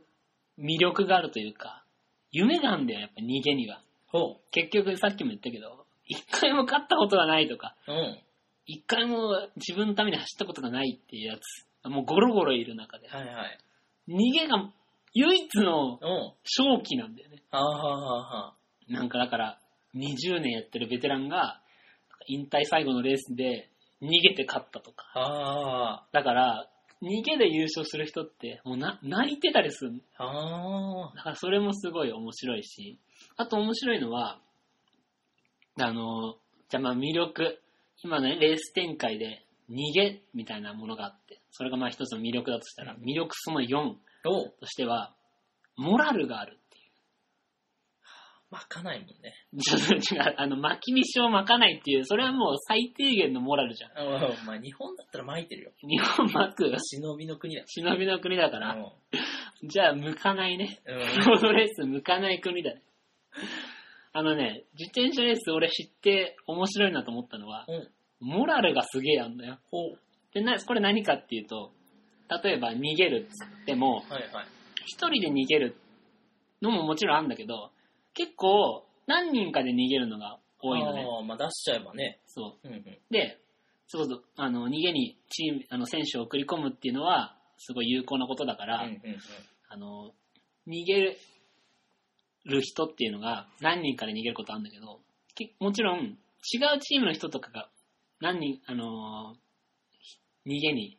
魅力があるというか、夢があるんだよ、やっぱ逃げには。ほ結局さっきも言ったけど、一回も勝ったことがないとか、う。うん。一回も自分のために走ったことがないっていうやつ、もうゴロゴロいる中で、はいはい。逃げが唯一のうん。勝機なんだよね。あーはなんかだから、20年やってるベテランが、引退最後のレースで逃げて勝ったとか。ーはーはだから、逃げで優勝する人って、もうな、泣いてたりするの。ー。あー。だからそれもすごい面白いし、あと面白いのは、あの、じゃあまあ魅力、今ね、レース展開で逃げみたいなものがあって、それがまあ一つの魅力だとしたら、う魅力その4おう。としては、モラルがあるっていう。巻かないもんね。 ちょっと違う、あの、巻き道を巻かないっていう、それはもう最低限のモラルじゃん。うん。まあ日本だったら巻いてるよ。日本巻く忍びの国だか。忍びの国だからうら、ん。じゃあ向かないね。うロードレース向かない国だね。あのね、自転車レース俺知って面白いなと思ったのは、ん。うん。モラルがすげえあんだよ。ほう。で、な、これ何かっていうと、例えば逃げるっつっても、はいはい。一人で逃げるのももちろんあんだけど、結構何人かで逃げるのが多いのね。あーまあ出しちゃえばね。そう。うんうん。で、そうそう、あの、逃げにチーム、あの、選手を送り込むっていうのは、すごい有効なことだかうら、んうんうん。あの、逃げる人っていうのが、何人かで逃げることあるんだけど、けもちろん、違うチームの人とかが、何人、あのー逃げに、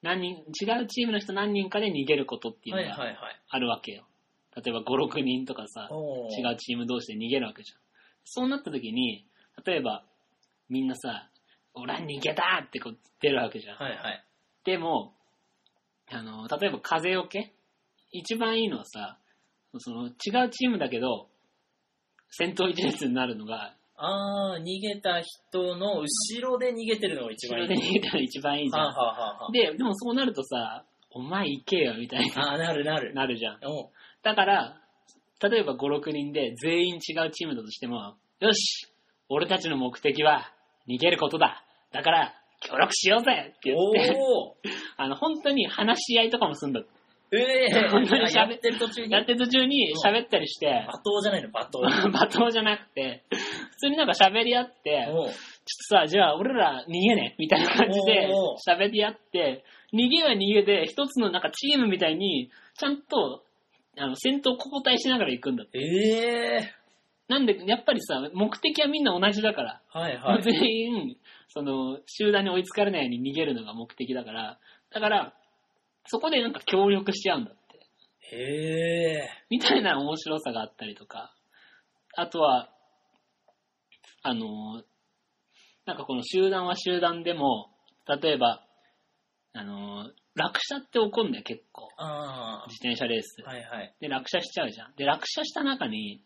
何人、違うチームの人何人かで逃げることっていうはのいはいがはい。あるわけよ。例えば5、6人とかさ、おー違うチーム同士で逃げるわけじゃん。そうなった時に、例えば、みんなさ、俺は逃げたってこう出るわけじゃん。はいはい。でも、あの、例えば風よけ一番いいのはさ、その違うチームだけど、先頭一列になるのが、あー、逃げた人の後ろで逃げてるのが一後番いろい。で逃げたら一番いいじはあ、ゃん。はあはあはで、でもそうなるとさ、お前行けよみたいあ、あー、なるなにる。なるじゃん。おうだから、例えば5、6人で全員違うチームだとしても、よし俺たちの目的は逃げることだだから、協力しようぜって言って、おお あの、本当に話し合いとかもすんだって。ええ本当にや喋ってる途中 に。やってる途中に喋ったりして 罵、倒じゃないの、罵倒。罵倒じゃなくて、普通になんか喋り合って、ちょっおうとさ、じゃあ俺ら逃げね、みたいな感じでおう喋り合って、逃げは逃げで、一つのなんかチームみたいに、ちゃんと、あの、戦闘交代しながら行くんだって。ええなんで、やっぱりさ、目的はみんな同じだから、はいはい。全員、その、集団に追いつかれないように逃げるのが目的だから、だから、そこでなんか協力し合うんだって。へえ。みたいな面白さがあったりとか、あとは、あの、なんかこの集団は集団でも、例えば、あの、落車って起こるんだよ、結構。あ自転車レースあ。。はいはい。で、落車しちゃうじゃん。で、落車した中に、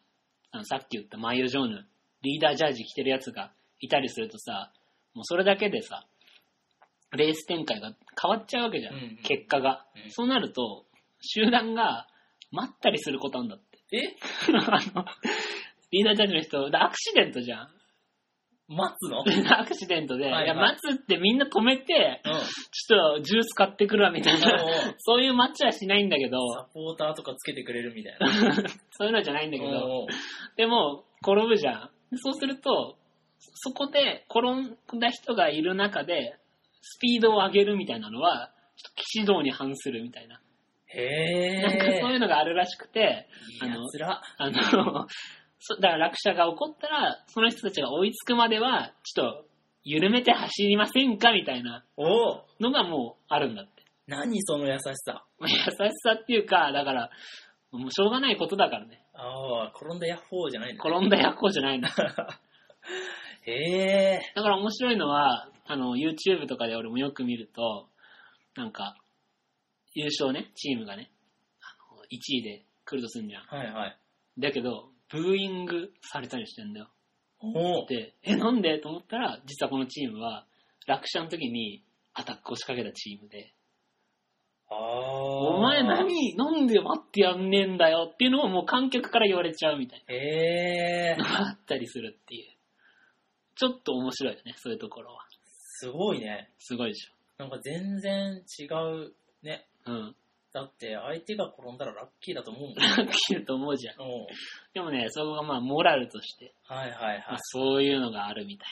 あのさっき言ったマイオジョーヌ、リーダージャージ着てるやつがいたりするとさ、もうそれだけでさ、レース展開が変わっちゃうわけじゃん、うんうん結果が。うんそうなると、集団が待ったりすることなんだって。 えあの、リーダージャッジの人、だアクシデントじゃん。待つのアクシデントで、はいはいいや、待つってみんな止めて、うん。ちょっとジュース買ってくるわ みたいお うな、そういうマッチはしないんだけど、サポーターとかつけてくれるみたいな。そういうのじゃないんだけど、おうでも、転ぶじゃん。そうすると、そこで転んだ人がいる中で、スピードを上げるみたいなのは、ちょっと騎士道に反するみたいな。へなんかそういえ。うのがあるらしくて、いあやの、つら。あの、 そだから落車が起こったら、その人たちが追いつくまでは、ちょっと、緩めて走りませんかみたいなおうのがもうあるんだって。何その優しさ。まあ優しさっていうか、だから、もうしょうがないことだからね。ああ、転んだヤッホーじゃないんだね。転んだやっこじゃないの。だへえ。から面白いのは、あの、YouTube とかで俺もよく見ると、なんか、優勝ね、チームがね、あの1位で来るとすんじゃん。はいはい。だけど、ブーイングされたりしてんだよ。おうで、え、なんでと思ったら、実はこのチームは、落車の時にアタックを仕掛けたチームで、あおお前何、なんで待ってやんねえんだよっていうのをもう観客から言われちゃうみたいええなのがあったりするっていう。ちょっと面白いよね、そういうところは。すごいね。すごいでしなんか全然違うね。ょ。うん。 だって相手が転んだらラッキーだと思うもん。ラッキーだと思うじゃん。おうでもね、そこがまあ、モラルとして、はいはいまはあい。そういうのがあるみたい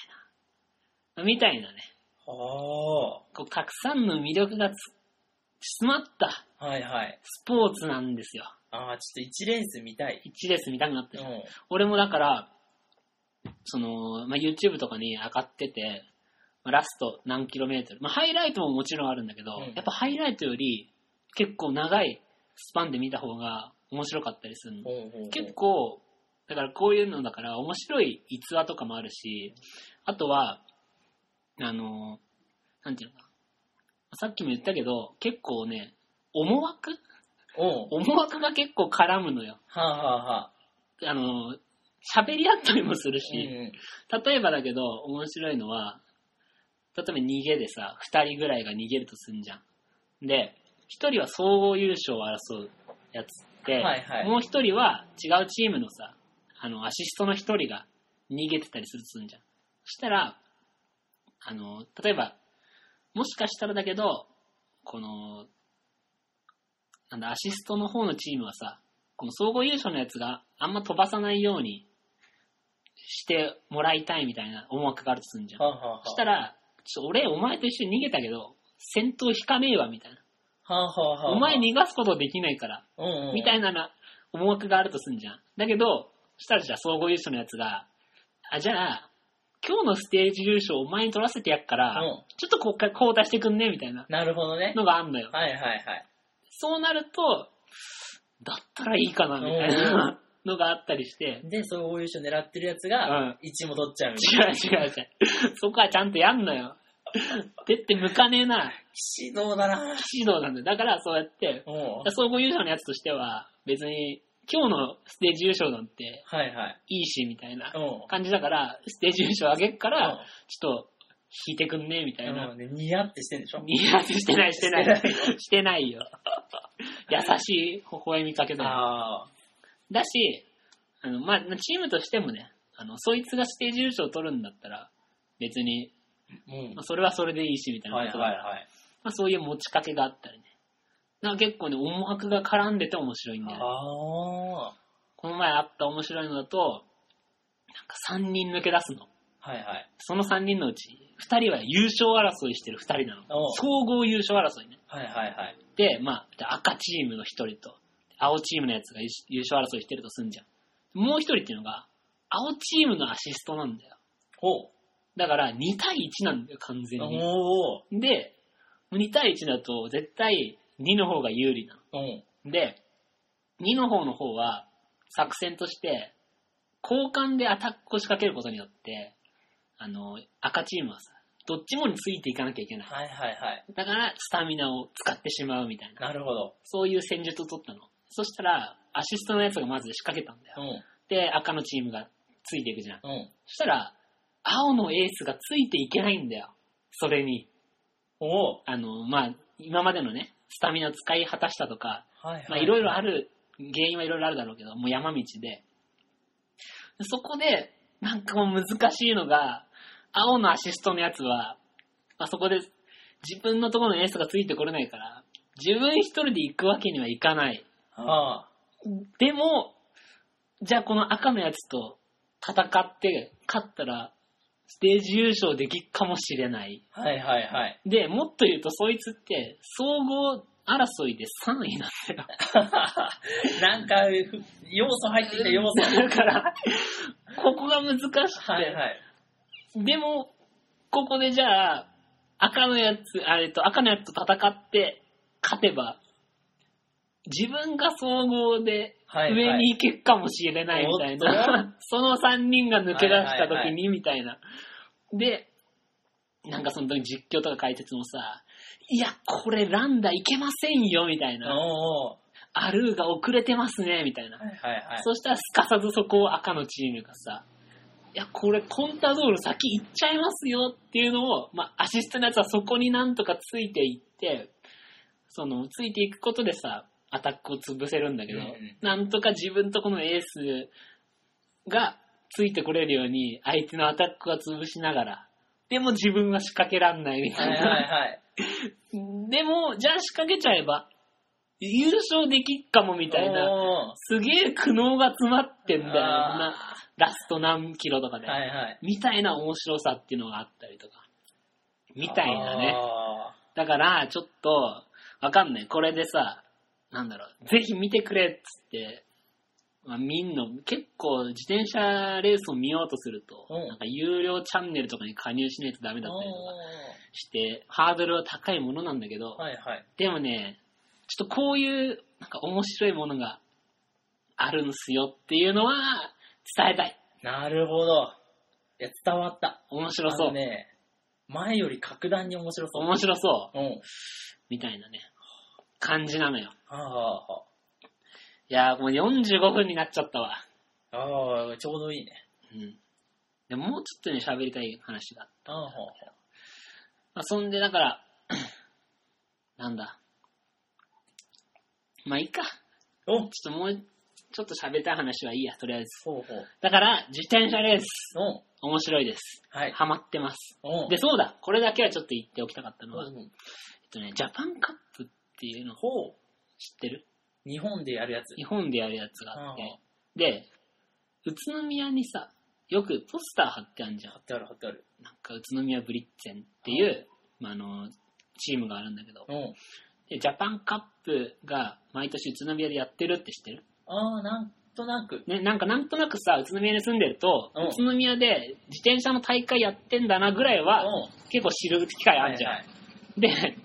な。みたいなね、ああこう、たくさんの魅力がつ詰まったー。はいはい。スポーツなんですよ。ああ、ちょっと1レース見たい。一列見たくなっうたんじゃん。。俺もだから、その、まあ、YouTube とかに上がってて、まあラスト何キロメートル。まあ、ハイライトももちろんあるんだけど、うんやっぱハイライトより結構長いスパンで見た方が面白かったりするの。ほうほうほう結構、だからこういうのだから面白い逸話とかもあるし、あとは、あの、なんていうのかな。さっきも言ったけど、結構ね、思惑おう思惑が結構絡むのよ。はあはあはあ。あの、喋り合ったりもするし、うん。例えばだけど、面白いのは、例えば逃げでさ、二人ぐらいが逃げるとすんじゃん。で、一人は総合優勝を争うやつって、はいはいもう一人は違うチームのさ、あの、アシストの一人が逃げてたりするとすんじゃん。そしたら、あの、例えば、もしかしたらだけど、この、なんだ、アシストの方のチームはさ、この総合優勝のやつがあんま飛ばさないようにしてもらいたいみたいな思惑があるとするんじゃんは。あはあはあ。そしたら、ちょっと俺、お前と一緒に逃げたけど、戦闘引かねえわ、みたいな。はあはあはあ。お前逃がすことできないから、うんうん。みたいなな。な思惑があるとすんじゃん。だけど、そしたらじゃあ総合優勝のやつが、あ、じゃあ、今日のステージ優勝お前に取らせてやっから、うんちょっとこっから交代してくんね、みたいななるほどね。のがあんのよ。はいはいはい。そうなると、だったらいいかな、みたいなのがあったりして、で、総合優勝狙ってるやつうがん、 1も取っちゃうみた い違う違う違う。そこはちゃんとやんのよ。でって向かねえな、な。指導だな騎士道なんだよ。だからそうやって、おう総合優勝のやつとしては、別に、今日のステージ優勝なんてはいはい。いいし、みたいなおう感じだから、ステージ優勝あげっかうんら、ちょっと、引いてくんねみたいなう。ん、でニヤってしてんでしょニヤしてない、してないしてない。 してないよ。優しい微笑みかけだよ。ああ。だし、あの、まあ、チームとしてもね、あの、そいつがステージ優勝を取るんだったら、別に、うんまあ、。それはそれでいいし、みたいなはいこはいとがはい。まあ、そういう持ちかけがあったりね。なんか結構ね、思惑が絡んでて面白いんだよね。ああ。この前あった面白いのだと、なんか3人抜け出すの。はいはい。その3人のうち、2人は優勝争いしてる2人なおのう。総合優勝争いね。はいはいはい。で、まあ、で赤チームの1人と、青チームのやつが優優勝争いしてるとすんじゃん。もう1人っていうのが、青チームのアシストなんだよ。ほう。だから2対1なんだよ、完全に。おー。で、2対1だと絶対2の方が有利なの。うん。で、2の方の方は、作戦として、交換でアタックを仕掛けることによって、あの、赤チームはさ、どっちもについていかなきゃいけない。はいはいはい。だから、スタミナを使ってしまうみたいな。なるほど。そういう戦術を取ったの。そしたら、アシストのやつがまず仕掛けたんだうよ。ん。で、赤のチームがついていくじゃん。うん。そしたら、青のエースがついていけないんだよ。それに。おー。あの、まあ、今までのね、スタミナを使い果たしたとか、はいはい。まあ、いろいろ。ろある、原因はいろいろあるだろうけど、もう山道で。そこで、なんかもう難しいのが、青のアシストのやつは、まあ、そこで自分のところのエースがついてこれないから、自分一人で行くわけにはいかない。あでも、じゃあこの赤のやつと戦って、勝ったら、ステージ優勝できっかもしれない。あ。はいは いはい。で、もっと言うと、そいつって、総合争いで3位なんだよ。なんか、ふ要素入ってきた要素。だから、ここが難しくて、はいはい。でも、ここでじゃあ、赤のやつ、あえっと、赤のやつと戦って、勝てば、自分が総合ではいはい上に行けるかもしれないみたいな、おっ その3人が抜け出したはいは時いにみたいな。で、なんかその時実況とか解説もさ、いや、これランダいけませんよ、みたいな。おー。アルーが遅れてますね、みたいな。はいはいはい。そしたらすかさずそこを赤のチームがさ、いや、これコンタドール先行っちゃいますよっていうのを、まあ、アシストのやつはそこになんとかついていって、その、ついていくことでさ、アタックを潰せるんだけど、うんうんなんとか自分とこのエースがついてこれるように、相手のアタックは潰しながら、でも自分は仕掛けらんないみたはいいはな。いはい。 でも、じゃあ仕掛けちゃえば、優勝できっかもみたいな、おすげえ苦悩が詰まってんだよあーな。ラスト何キロとかーで。はいはい。みたいな面白さっていうのがあったりとか。みたいなね。あだから、ちょっと、わかんない。これでさ、なんだろう、ぜひ見てくれっつって、まあ、見んの、結構自転車レースを見ようとすると、うんなんか有料チャンネルとかに加入しないとダメーだったりとかおして、ハードルは高いものなんだけど、ーはいはい。でもね、ちょっとこういう、なんか面白いものがあるんすよっていうのは伝えたい。なるほど。いや、伝わった。面白そあう。のね、前より格段に面白そう。面白そう。うん。みたいなね、感じなのよ。ああ、いやーもう45分になっちゃったわ。ああ、ちょうどいいね。うん。でももうちょっとね、喋りたい話があって。ああ、まあ、そんで、だから、 なんだ。まあいいか。おちょっともう、ちょっと喋りたい話はいいや、とりあえず。ほうほう。だから、自転車レース、うん。面白いです。はい。ハマってます。うん。で、そうだ、これだけはちょっと言っておきたかったのは、うえっんとね、ジャパンカップっていうのほ知ってるう。日本でやるやつ。日本でやるやつがあって、で、宇都宮にさ、よくポスター貼ってあるじゃん貼。ってある貼ってある。なんか宇都宮ブリッツェンっていう、まあ、あの、チームがあるんだけど、うん。でジャパンカップが毎年宇都宮でやってるって知ってるああ、なんとなく。ね、なんかなんとなくさ、宇都宮に住んでると、うん宇都宮で自転車の大会やってんだなぐらいうは、ん。結構知る機会あるじゃん。はいはい。で、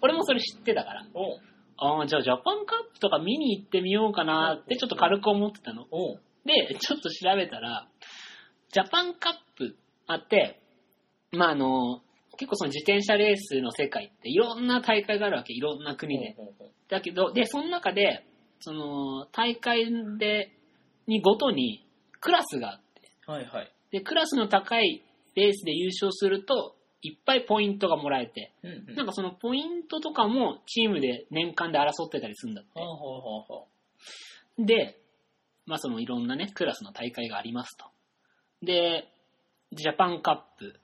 俺もそれ知ってたから、おうああ、じゃあジャパンカップとか見に行ってみようかなってちょっと軽く思ってたの。おうで、ちょっと調べたら、ジャパンカップあって、まああの、結構その自転車レースの世界っていろんな大会があるわけ、いろんな国で。ほうほうほだけど、で、その中で、その、大会で、にごとにクラスがあって、うはいはい。で、クラスの高いレースで優勝すると、いっぱいポイントがもらえて、うんうん。なんかそのポイントとかもチームで年間で争ってたりするんだってほう。ほうほうほで、まあそのいろんなね、クラスの大会がありますと。で、ジャパンカップ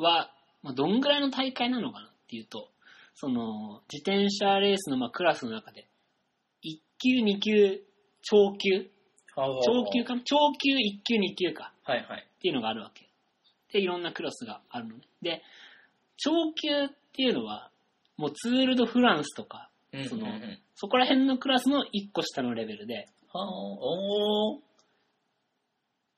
は、まあ、どんぐらいの大会なのかなっていうと、その、自転車レースのまあクラスの中で、1級、2級、超級う。は超級かな超級、1級、2級かはいはい。っていうのがあるわけ。で、いろんなクラスがあるのね。で、超級っていうのは、もうツール・ド・フランスとか、うんうんうんそのそこら辺のクラスの1個下のレベルで、はあ、おお。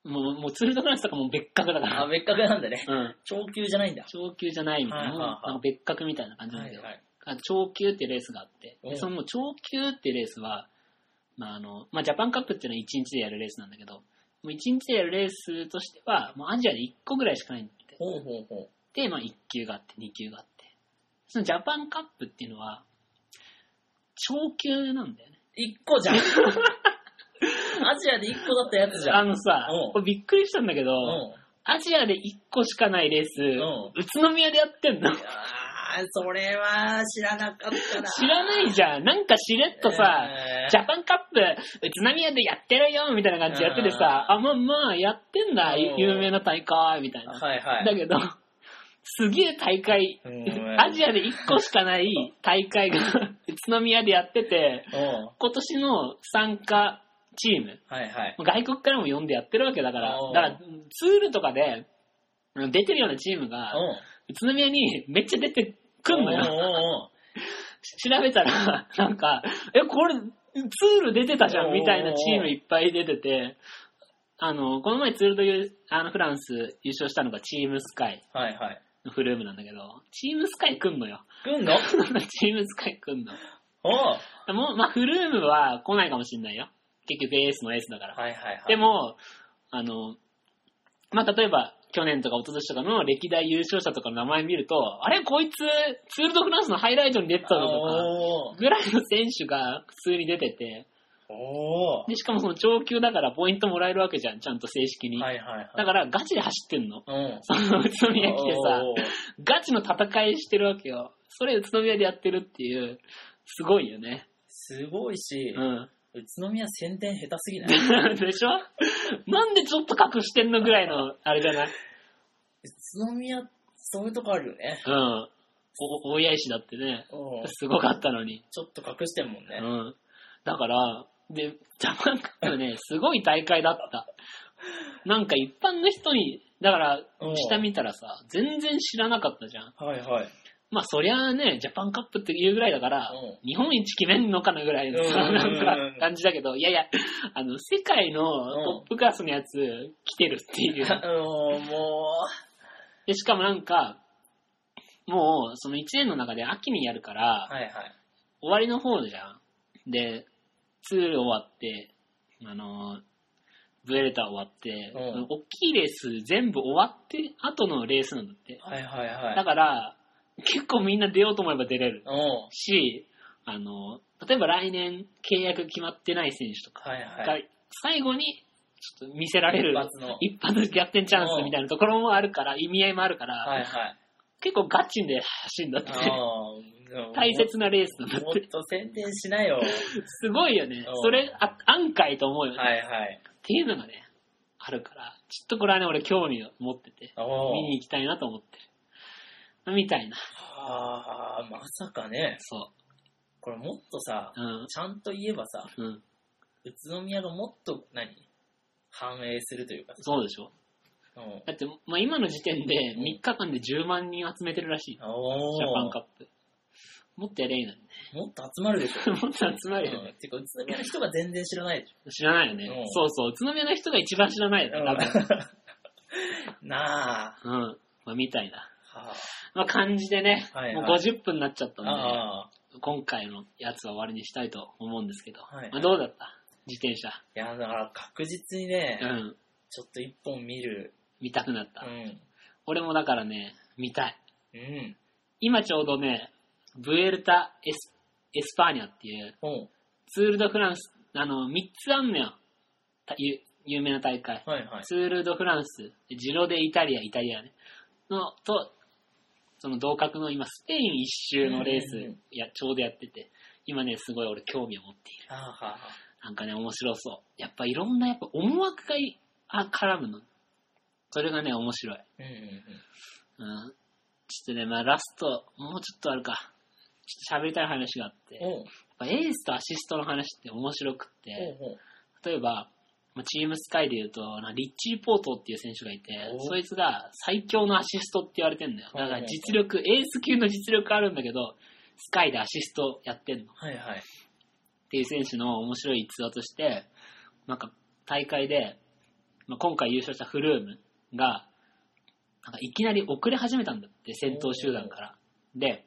もう、もうツールドフランスとかもう別格だかあ、ら。別格なんだね。うん。超級じゃないんだ。超級じゃないみたいな。はいはいもうはいなんか別格みたいな感じなんはだいけど。はい。あ超級ってレースがあって。うで、んそのもう超級ってレースは、まああの、まあジャパンカップっていうのは1日でやるレースなんだけど、もう1日でやるレースとしては、もうアジアで1個ぐらいしかないんだって。ほうほうほで、まあ1級があって、2級があって。そのジャパンカップっていうのは、超級なんだよね。う。一個 じゃん。アジアで一個だったやつじゃあん。のさうん、俺びっくりしたんだけど、うん。アジアで1個しかないレース、う宇都宮でやってんのあーそれは知らなかったな。知らないじゃん。なんかしれっとさ、えージャパンカップ、宇都宮でやってるよみたいな感じでやっててさ、あ、まあまあ、やってんだ、うん有名な大会、みたいな。はいはい。だけど、すげえ大会、うんアジアで1個しかない大会が 宇都宮でやってて、うん。今年の参加チーム、はいはい。外国からも呼んでやってるわけだからうん、だからツールとかで出てるようなチームが、宇都宮にめっちゃ出てくんのよ。よ。調べたら、なんか、え、これ、ツール出てたじゃんみたいなチームいっぱい出てて、あの、この前ツールという、あの、フランス優勝したのがチームスカイはいはい。のフルームなんだけど、チームスカイ来んのよ。 来んのチームスカイ来んの。おうもう、まあ、フルームは来ないかもしんないよ。結局エースのエースだから。はいはいはい。で、も、あの、まあ、例えば、去年とか一昨年とかの歴代優勝者とかの名前見ると、あれこいつ、ツール・ド・フランスのハイライトに出てたのとか、おーぐらいの選手が普通に出てて、おで、しかもその長級だからポイントもらえるわけじゃん、ちゃんと正式ーに。はいはいはい。だからガチで走ってんの。うん。その宇都宮来てさ、おーガチの戦いしてるわけよ。それ宇都宮でやってるっていう、すごいよね。すごいし、うん。 宇都宮宣伝下手すぎ ないでしょなんでちょっと隠してんのぐらいの、あれじゃない宇都宮、そういうとこあるよね。うん。お、大谷石だってね、うんすごかったのに。ちょっと隠してんもんうね。ん。だから、で、ジャパンカップ ね、すごい大会だった。なんか一般の人に、だからう、ん下見たらさ、全然知らなかったじゃん。はいはい。まあそりゃあね、ジャパンカップっていうぐらいだからうん、日本一決めんのかなぐらいのさ、うんなんか感じだけど、いやいや、あの、世界のトップクラスのやつ来てるっていう。 うん、もで、しかもなんか、もう、その1年の中で秋にやるから、う、はいはい。終わりの方じゃん。で、ツール終わって、あのー、ブエルタ終わって、うんその大きいレース全部終わって後のレースなんだって。はいはいはい。だから、結構みんな出ようと思えば出れるうん。はし、あのー、例えば来年契約決まってない選手とかいはがい。最後にちょっと見せられる一発の一発逆転チャンスみたいなところもあるから、意味合いもあるから、はいはい。結構ガチで走るんだって。あー 大切なレースなんだっ。もってと宣伝しなよ。すごいよねうん。それ、あ安価いと思うよね、はいっはい。ていうのがね、あるから、ちょっとこれはね、俺興味を持ってて、お見ーに行きたいなと思ってる。みたいな。あーまさかね、そこれもっとさ、う。うん。ちゃんと言えばさ、うん。宇都宮がもっと何反映するというかさ。そうでしょ。うんだって、まあ、今の時点でうん3日間で10万人集めてるらしい。ジおャパンーカップ。もっとやれいいのにね。もっと集まるでし ょ。もっと集まるよね。うんてか、宇都宮の人が全然知らないでし知らないよねうん。そうそう。宇都宮の人が一番知らないよょ。ね、多分。 なあ。うん。まあ、みたいな。はまあ、感じでね、はいはいもう50分になっちゃったんで、ああ今回のやつは終わりにしたいと思うんですけど、はいまあ、どうだった自転車、いや、だから確実にうね、んちょっと一本見る。見たくなった、うん。俺もだからね見たいうん。今ちょうどねブエルタエス・エスパーニャっていうおうツール・ド・フランスあの3つあんのよたゆ有名な大会はいはい。ツール・ド・フランスジロデ・イタリアイタリアねのとその同格の今スペイン一周のレースうんうんうんやちょうどやってて今ねすごい俺興味を持っているはあはあはあなんかね、面白そう。やっぱいろんな、やっぱ思惑がいあ絡むの。それがね、面白い。うんうんうん。うん。ちょっとね、まあラスト、もうちょっとあるか。ちょっと喋りたい話があって、やっおうぱエースとアシストの話って面白くって、おう例えば、まあチームスカイで言うと、なリッチー・ポートっていう選手がいてお、そいつが最強のアシストって言われてんだよ。だから実力、エース級の実力あるんだけど、スカイでアシストやってんの。はいはい。っていう選手の面白い逸話として、なんか大会で、まあ、今回優勝したフルームが、なんかいきなり遅れ始めたんだって、先頭集団から。で、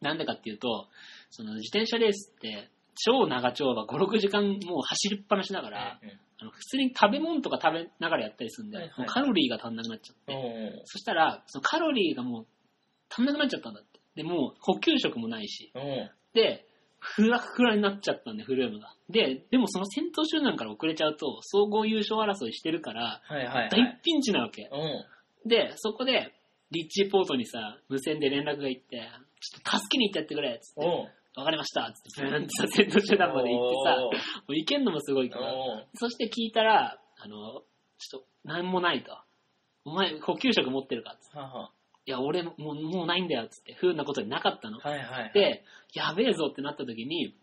なんでかっていうと、その自転車レースって、超長丁場、5、6時間もう走りっぱなしだから、あの普通に食べ物とか食べながらやったりするんで、はいはいもうカロリーが足んなくなっちゃって、うんうん。そしたら、そのカロリーがもう足んなくなっちゃったんだって。で、もう補給食もないし、おうおうで、ふらふらになっちゃったんで、フルームが。で、でもその先頭集団から遅れちゃうと、総合優勝争いしてるから、はいはいは大い。ピンチなわけ。おうで、そこで、リッチーポートにさ、無線で連絡が行って、ちょっと助けに行ってやってくれっつって、おうわかりましたっつって、ブーンってさ、先頭集団まで行ってさ、も おうう行けんのもすごいから、おうそして聞いたら、あの、ちょっと、なんもないと。お前、補給食持ってるかっつって。はあはいや、俺も、もう、もうないんだよっつって、不運なことになかったの。あはいはい。、で、やべえぞってなった時に、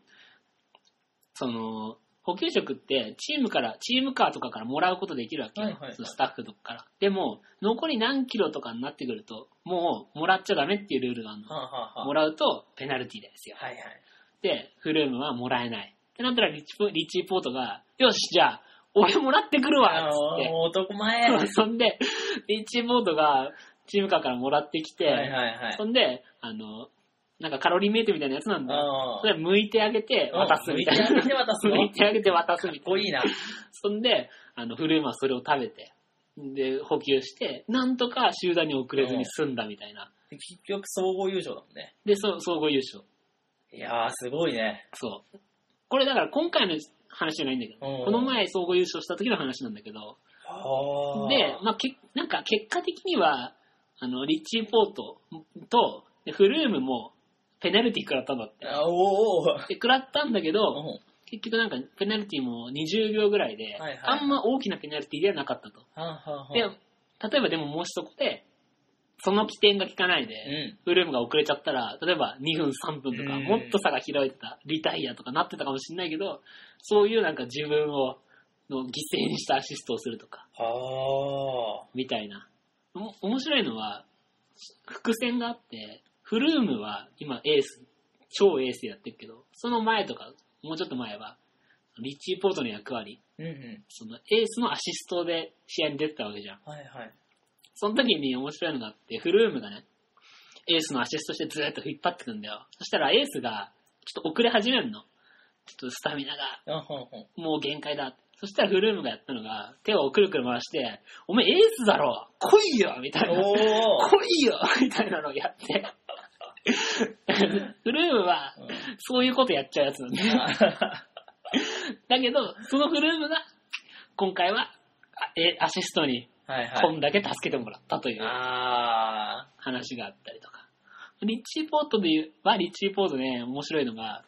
その、補給食ってチームから、チームカーとかからもらうことできるわけよ。はいはいはいそのスタッフとかから。でも、残り何キロとかになってくると、もうもらっちゃダメっていうルールがあるはの。あはあはあもらうとペナルティーですよ。はいはい。で、フルームはもらえない。ってなったらリッチポリッチーポートが、よし、じゃあ、俺もらってくるわっつおう男前って。 そんで、リッチーポートがチームカーからもらってきて、はいはいはいそ。んで、あの、なんかカロリーメイトみたいなやつなんだよ。あそれ剥いてあげて渡すみたいな。向いてあげて渡 すの剥いてあげて渡すみたいな。濃いな。そんで、あの、フルーマはそれを食べて、で、補給して、なんとか集団に遅れずに済んだみたいな。で結局総合優勝だもんね。で、そう総合優勝。いやー、すごいね。そう。これだから今回の話じゃないんだけど、うんこの前総合優勝した時の話なんだけど、はで、まあ、けなんか結果的には、あの、リッチー・ポートと、でフルームもペナルティ食らったんだって。あ、おーで、食らったんだけおー。ど、うん結局なんかペナルティも20秒ぐらいで、はいはいあんま大きなペナルティではなかったと。はんはんはんで、例えばでももしそこで、その起点が効かないで、うん。フルームが遅れちゃったら、例えば2分、3分とか、うんもっと差が開いてた、リタイアとかなってたかもしれないけど、そういうなんか自分を、の犠牲にしたアシストをするとか、はあ。みたいな。おも面白いのは、伏線があって、フルームは今エース、超エースやってるけど、その前とか、もうちょっと前は、リッチーポートの役割、うんうそのエースのアシストで試合に出てたわけじゃん。ん。はいはい。その時に面白いのがあって、フルームがね、エースのアシストしてずーっと引っ張ってくんだよ。そしたらエースが、ちょっと遅れ始めるの。ちょっとスタミナが、あはんはん。もう限界だ。そしたらフルームがやったのが、手をくるくる回して、お前エースだろ来いよみたいな。来おー。いよみたいなのをやって。 フルームは、そういうことやっちゃうやつなんだよ。だけど、そのフルームが、今回は、あえアシストに、はいこはい。んだけ助けてもらったという。あ話があったりとか。リッチーポートで言う、はリッチーポートね、面白いのが、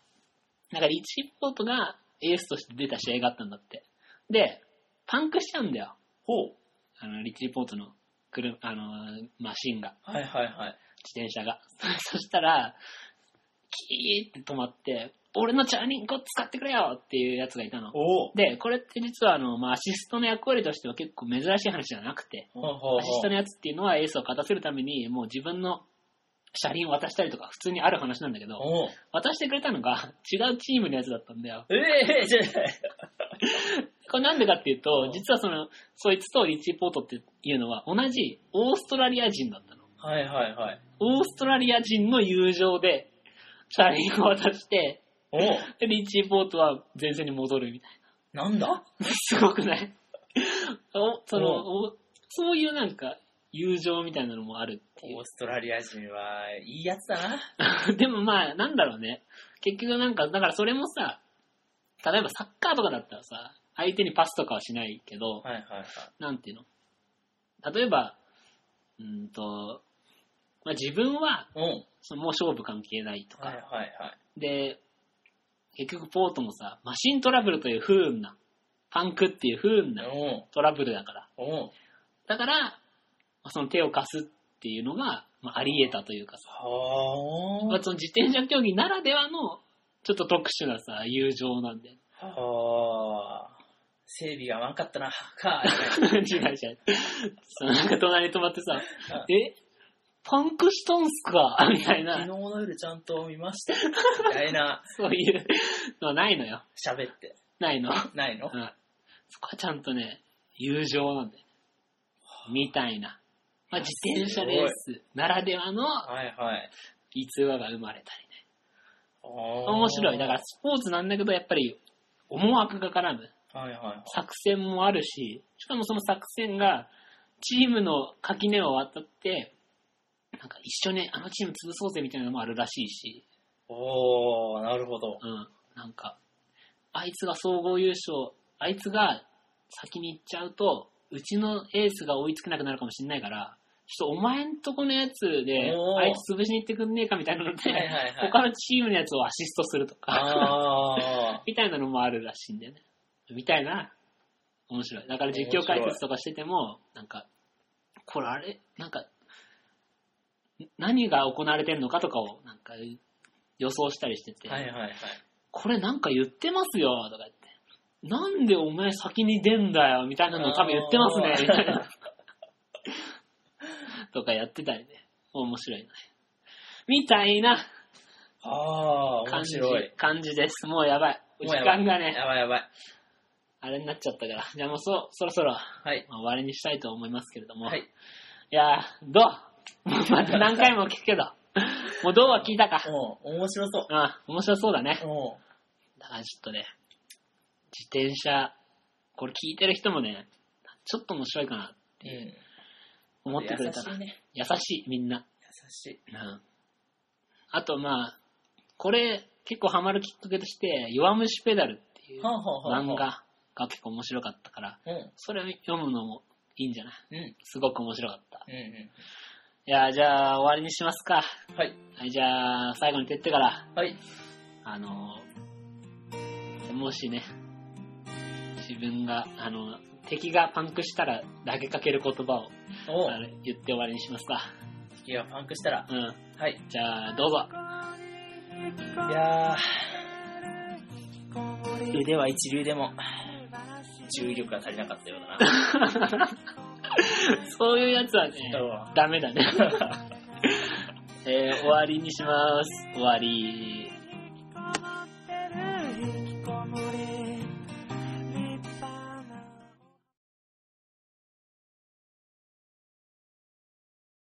なんかリッチーポートがエースとして出た試合があったんだって。で、パンクしちゃうんだよ。ほう。あの、リッチーポートの車、あの、マシンが、はいはいはい。自転車が。 そしたら、キーって止まって、俺のチャーニンコ使ってくれよっていうやつがいたの。おー。で、これって実はあの、まあ、アシストの役割としては結構珍しい話じゃなくて、ほうほうアシストほのやつっていうのはエースを勝たせるために、もう自分の車輪を渡したりとか、普通にある話なんだけど、う。おー。渡してくれたのが違うチームのやつだったんだよ。ええじゃこれなんでかっていううとん、実はその、そいつとリッチーポートっていうのは同じオーストラリア人だったの。あはいはいはい。オーストラリア人の友情で、車輪を渡して、おー。でリッチーポートは前線に戻るみたいなんだな。すごくないおそのう、おそういうなんか、友情みたいなのもあるっていうオー。ストラリア人は、いいやつだ な。でもまあ、なんだろうね。結局なんか、だからそれもさ、例えばサッカーとかだったらさ、相手にパスとかはしないけど、はいはいはい。なんていうの例えば、うーんと、まあ、自分は、うん。はいそのもう勝負関係ないとか、はいはい。で、結局ポートもさ、マシントラブルという不運な、パンクっていう不運なおー。トラブルだから。おー。だから、まあその手を貸すっていうのが、まあ、あり得たというかさ、まはあ、その自転車競技ならではの、ちょっと特殊なさ、友情なんで。 あ。はあ。整備が甘かったな。か。違う違う。そのなんか隣に泊まってさ、うえパンクしたんすかみたい昨日な、の夜ちゃんと見 ました。みたいな、そういうのはないのよ。喋って。ないの。うん。ないのそこはちゃんとね、友情なんだよ。みたいな。まあ、自転車レースならではのはいはい。逸話が生まれたりね。 面面白い。だからスポーツなんだけど、やっぱり思惑が絡む。ら。はいはいはい。作戦もあるし、しかもその作戦が、チームの垣根を渡って、なんか一緒にあのチーム潰そうぜみたいなのもあるらしいし、おー、なるほど。うん、なんか、あいつが総合優勝、あいつが先に行っちゃうと、うちのエースが追いつけなくなるかもしれないから、ちょっとお前んとこのやつでお、ーあいつ潰しに行ってくんねえかみたいなので、はいはいはい 他のチームのやつをアシストするとか、あみたいなのもあるらしいんだよね。みたいな、面白い。だから実況解説とかしてても、なんか、これあれなんか、何が行われてるのかとかを、なんか、予想したりしてて、ー。はいはいはい。これなんか言ってますよとか言って、なんでお前先に出んだよみたいなの多分言ってますねあー、みたいな。 とかやってたりね。面白いね。みたいなあー、感面じ白い。感じです。もうやばい。時もうやばい間がね。やばいやばい。あれになっちゃったから。じゃあもうそ、そろそろ、はい。まあ終わりにしたいと思いますけれども。、はいい。やー、どう また何回も聞くけど。もうどうは聞いたか。うん、面白そう。うん、面白そうだね。うん。だからちょっとね、自転車、これ聞いてる人もね、ちょっと面白いかな、うん。思ってくれたら。優し優いしい,、ね。みんな。優しい。うん。あとまあ、これ、結構ハマるきっかけとして、弱虫ペダルっていうはあはあはあ漫画が結構面白かったから、うん。それを読むのもいいんじゃないうん。うんすごく面白かった。ういやー、じゃあ終わりにしますか。ん。はい。はい、じゃあ最後にてってから、はい。あのーもしね、自分が、あの、敵がパンクしたら投げかける言葉をおあう。れ言って終わりにしますか。敵がパンクしたら。うん。はい。じゃあ、どうぞ。いやー、腕は一流でも、重力が足りなかったようだ な。そういうやつはね、 そうダメだね。えー終わりにします。終わり。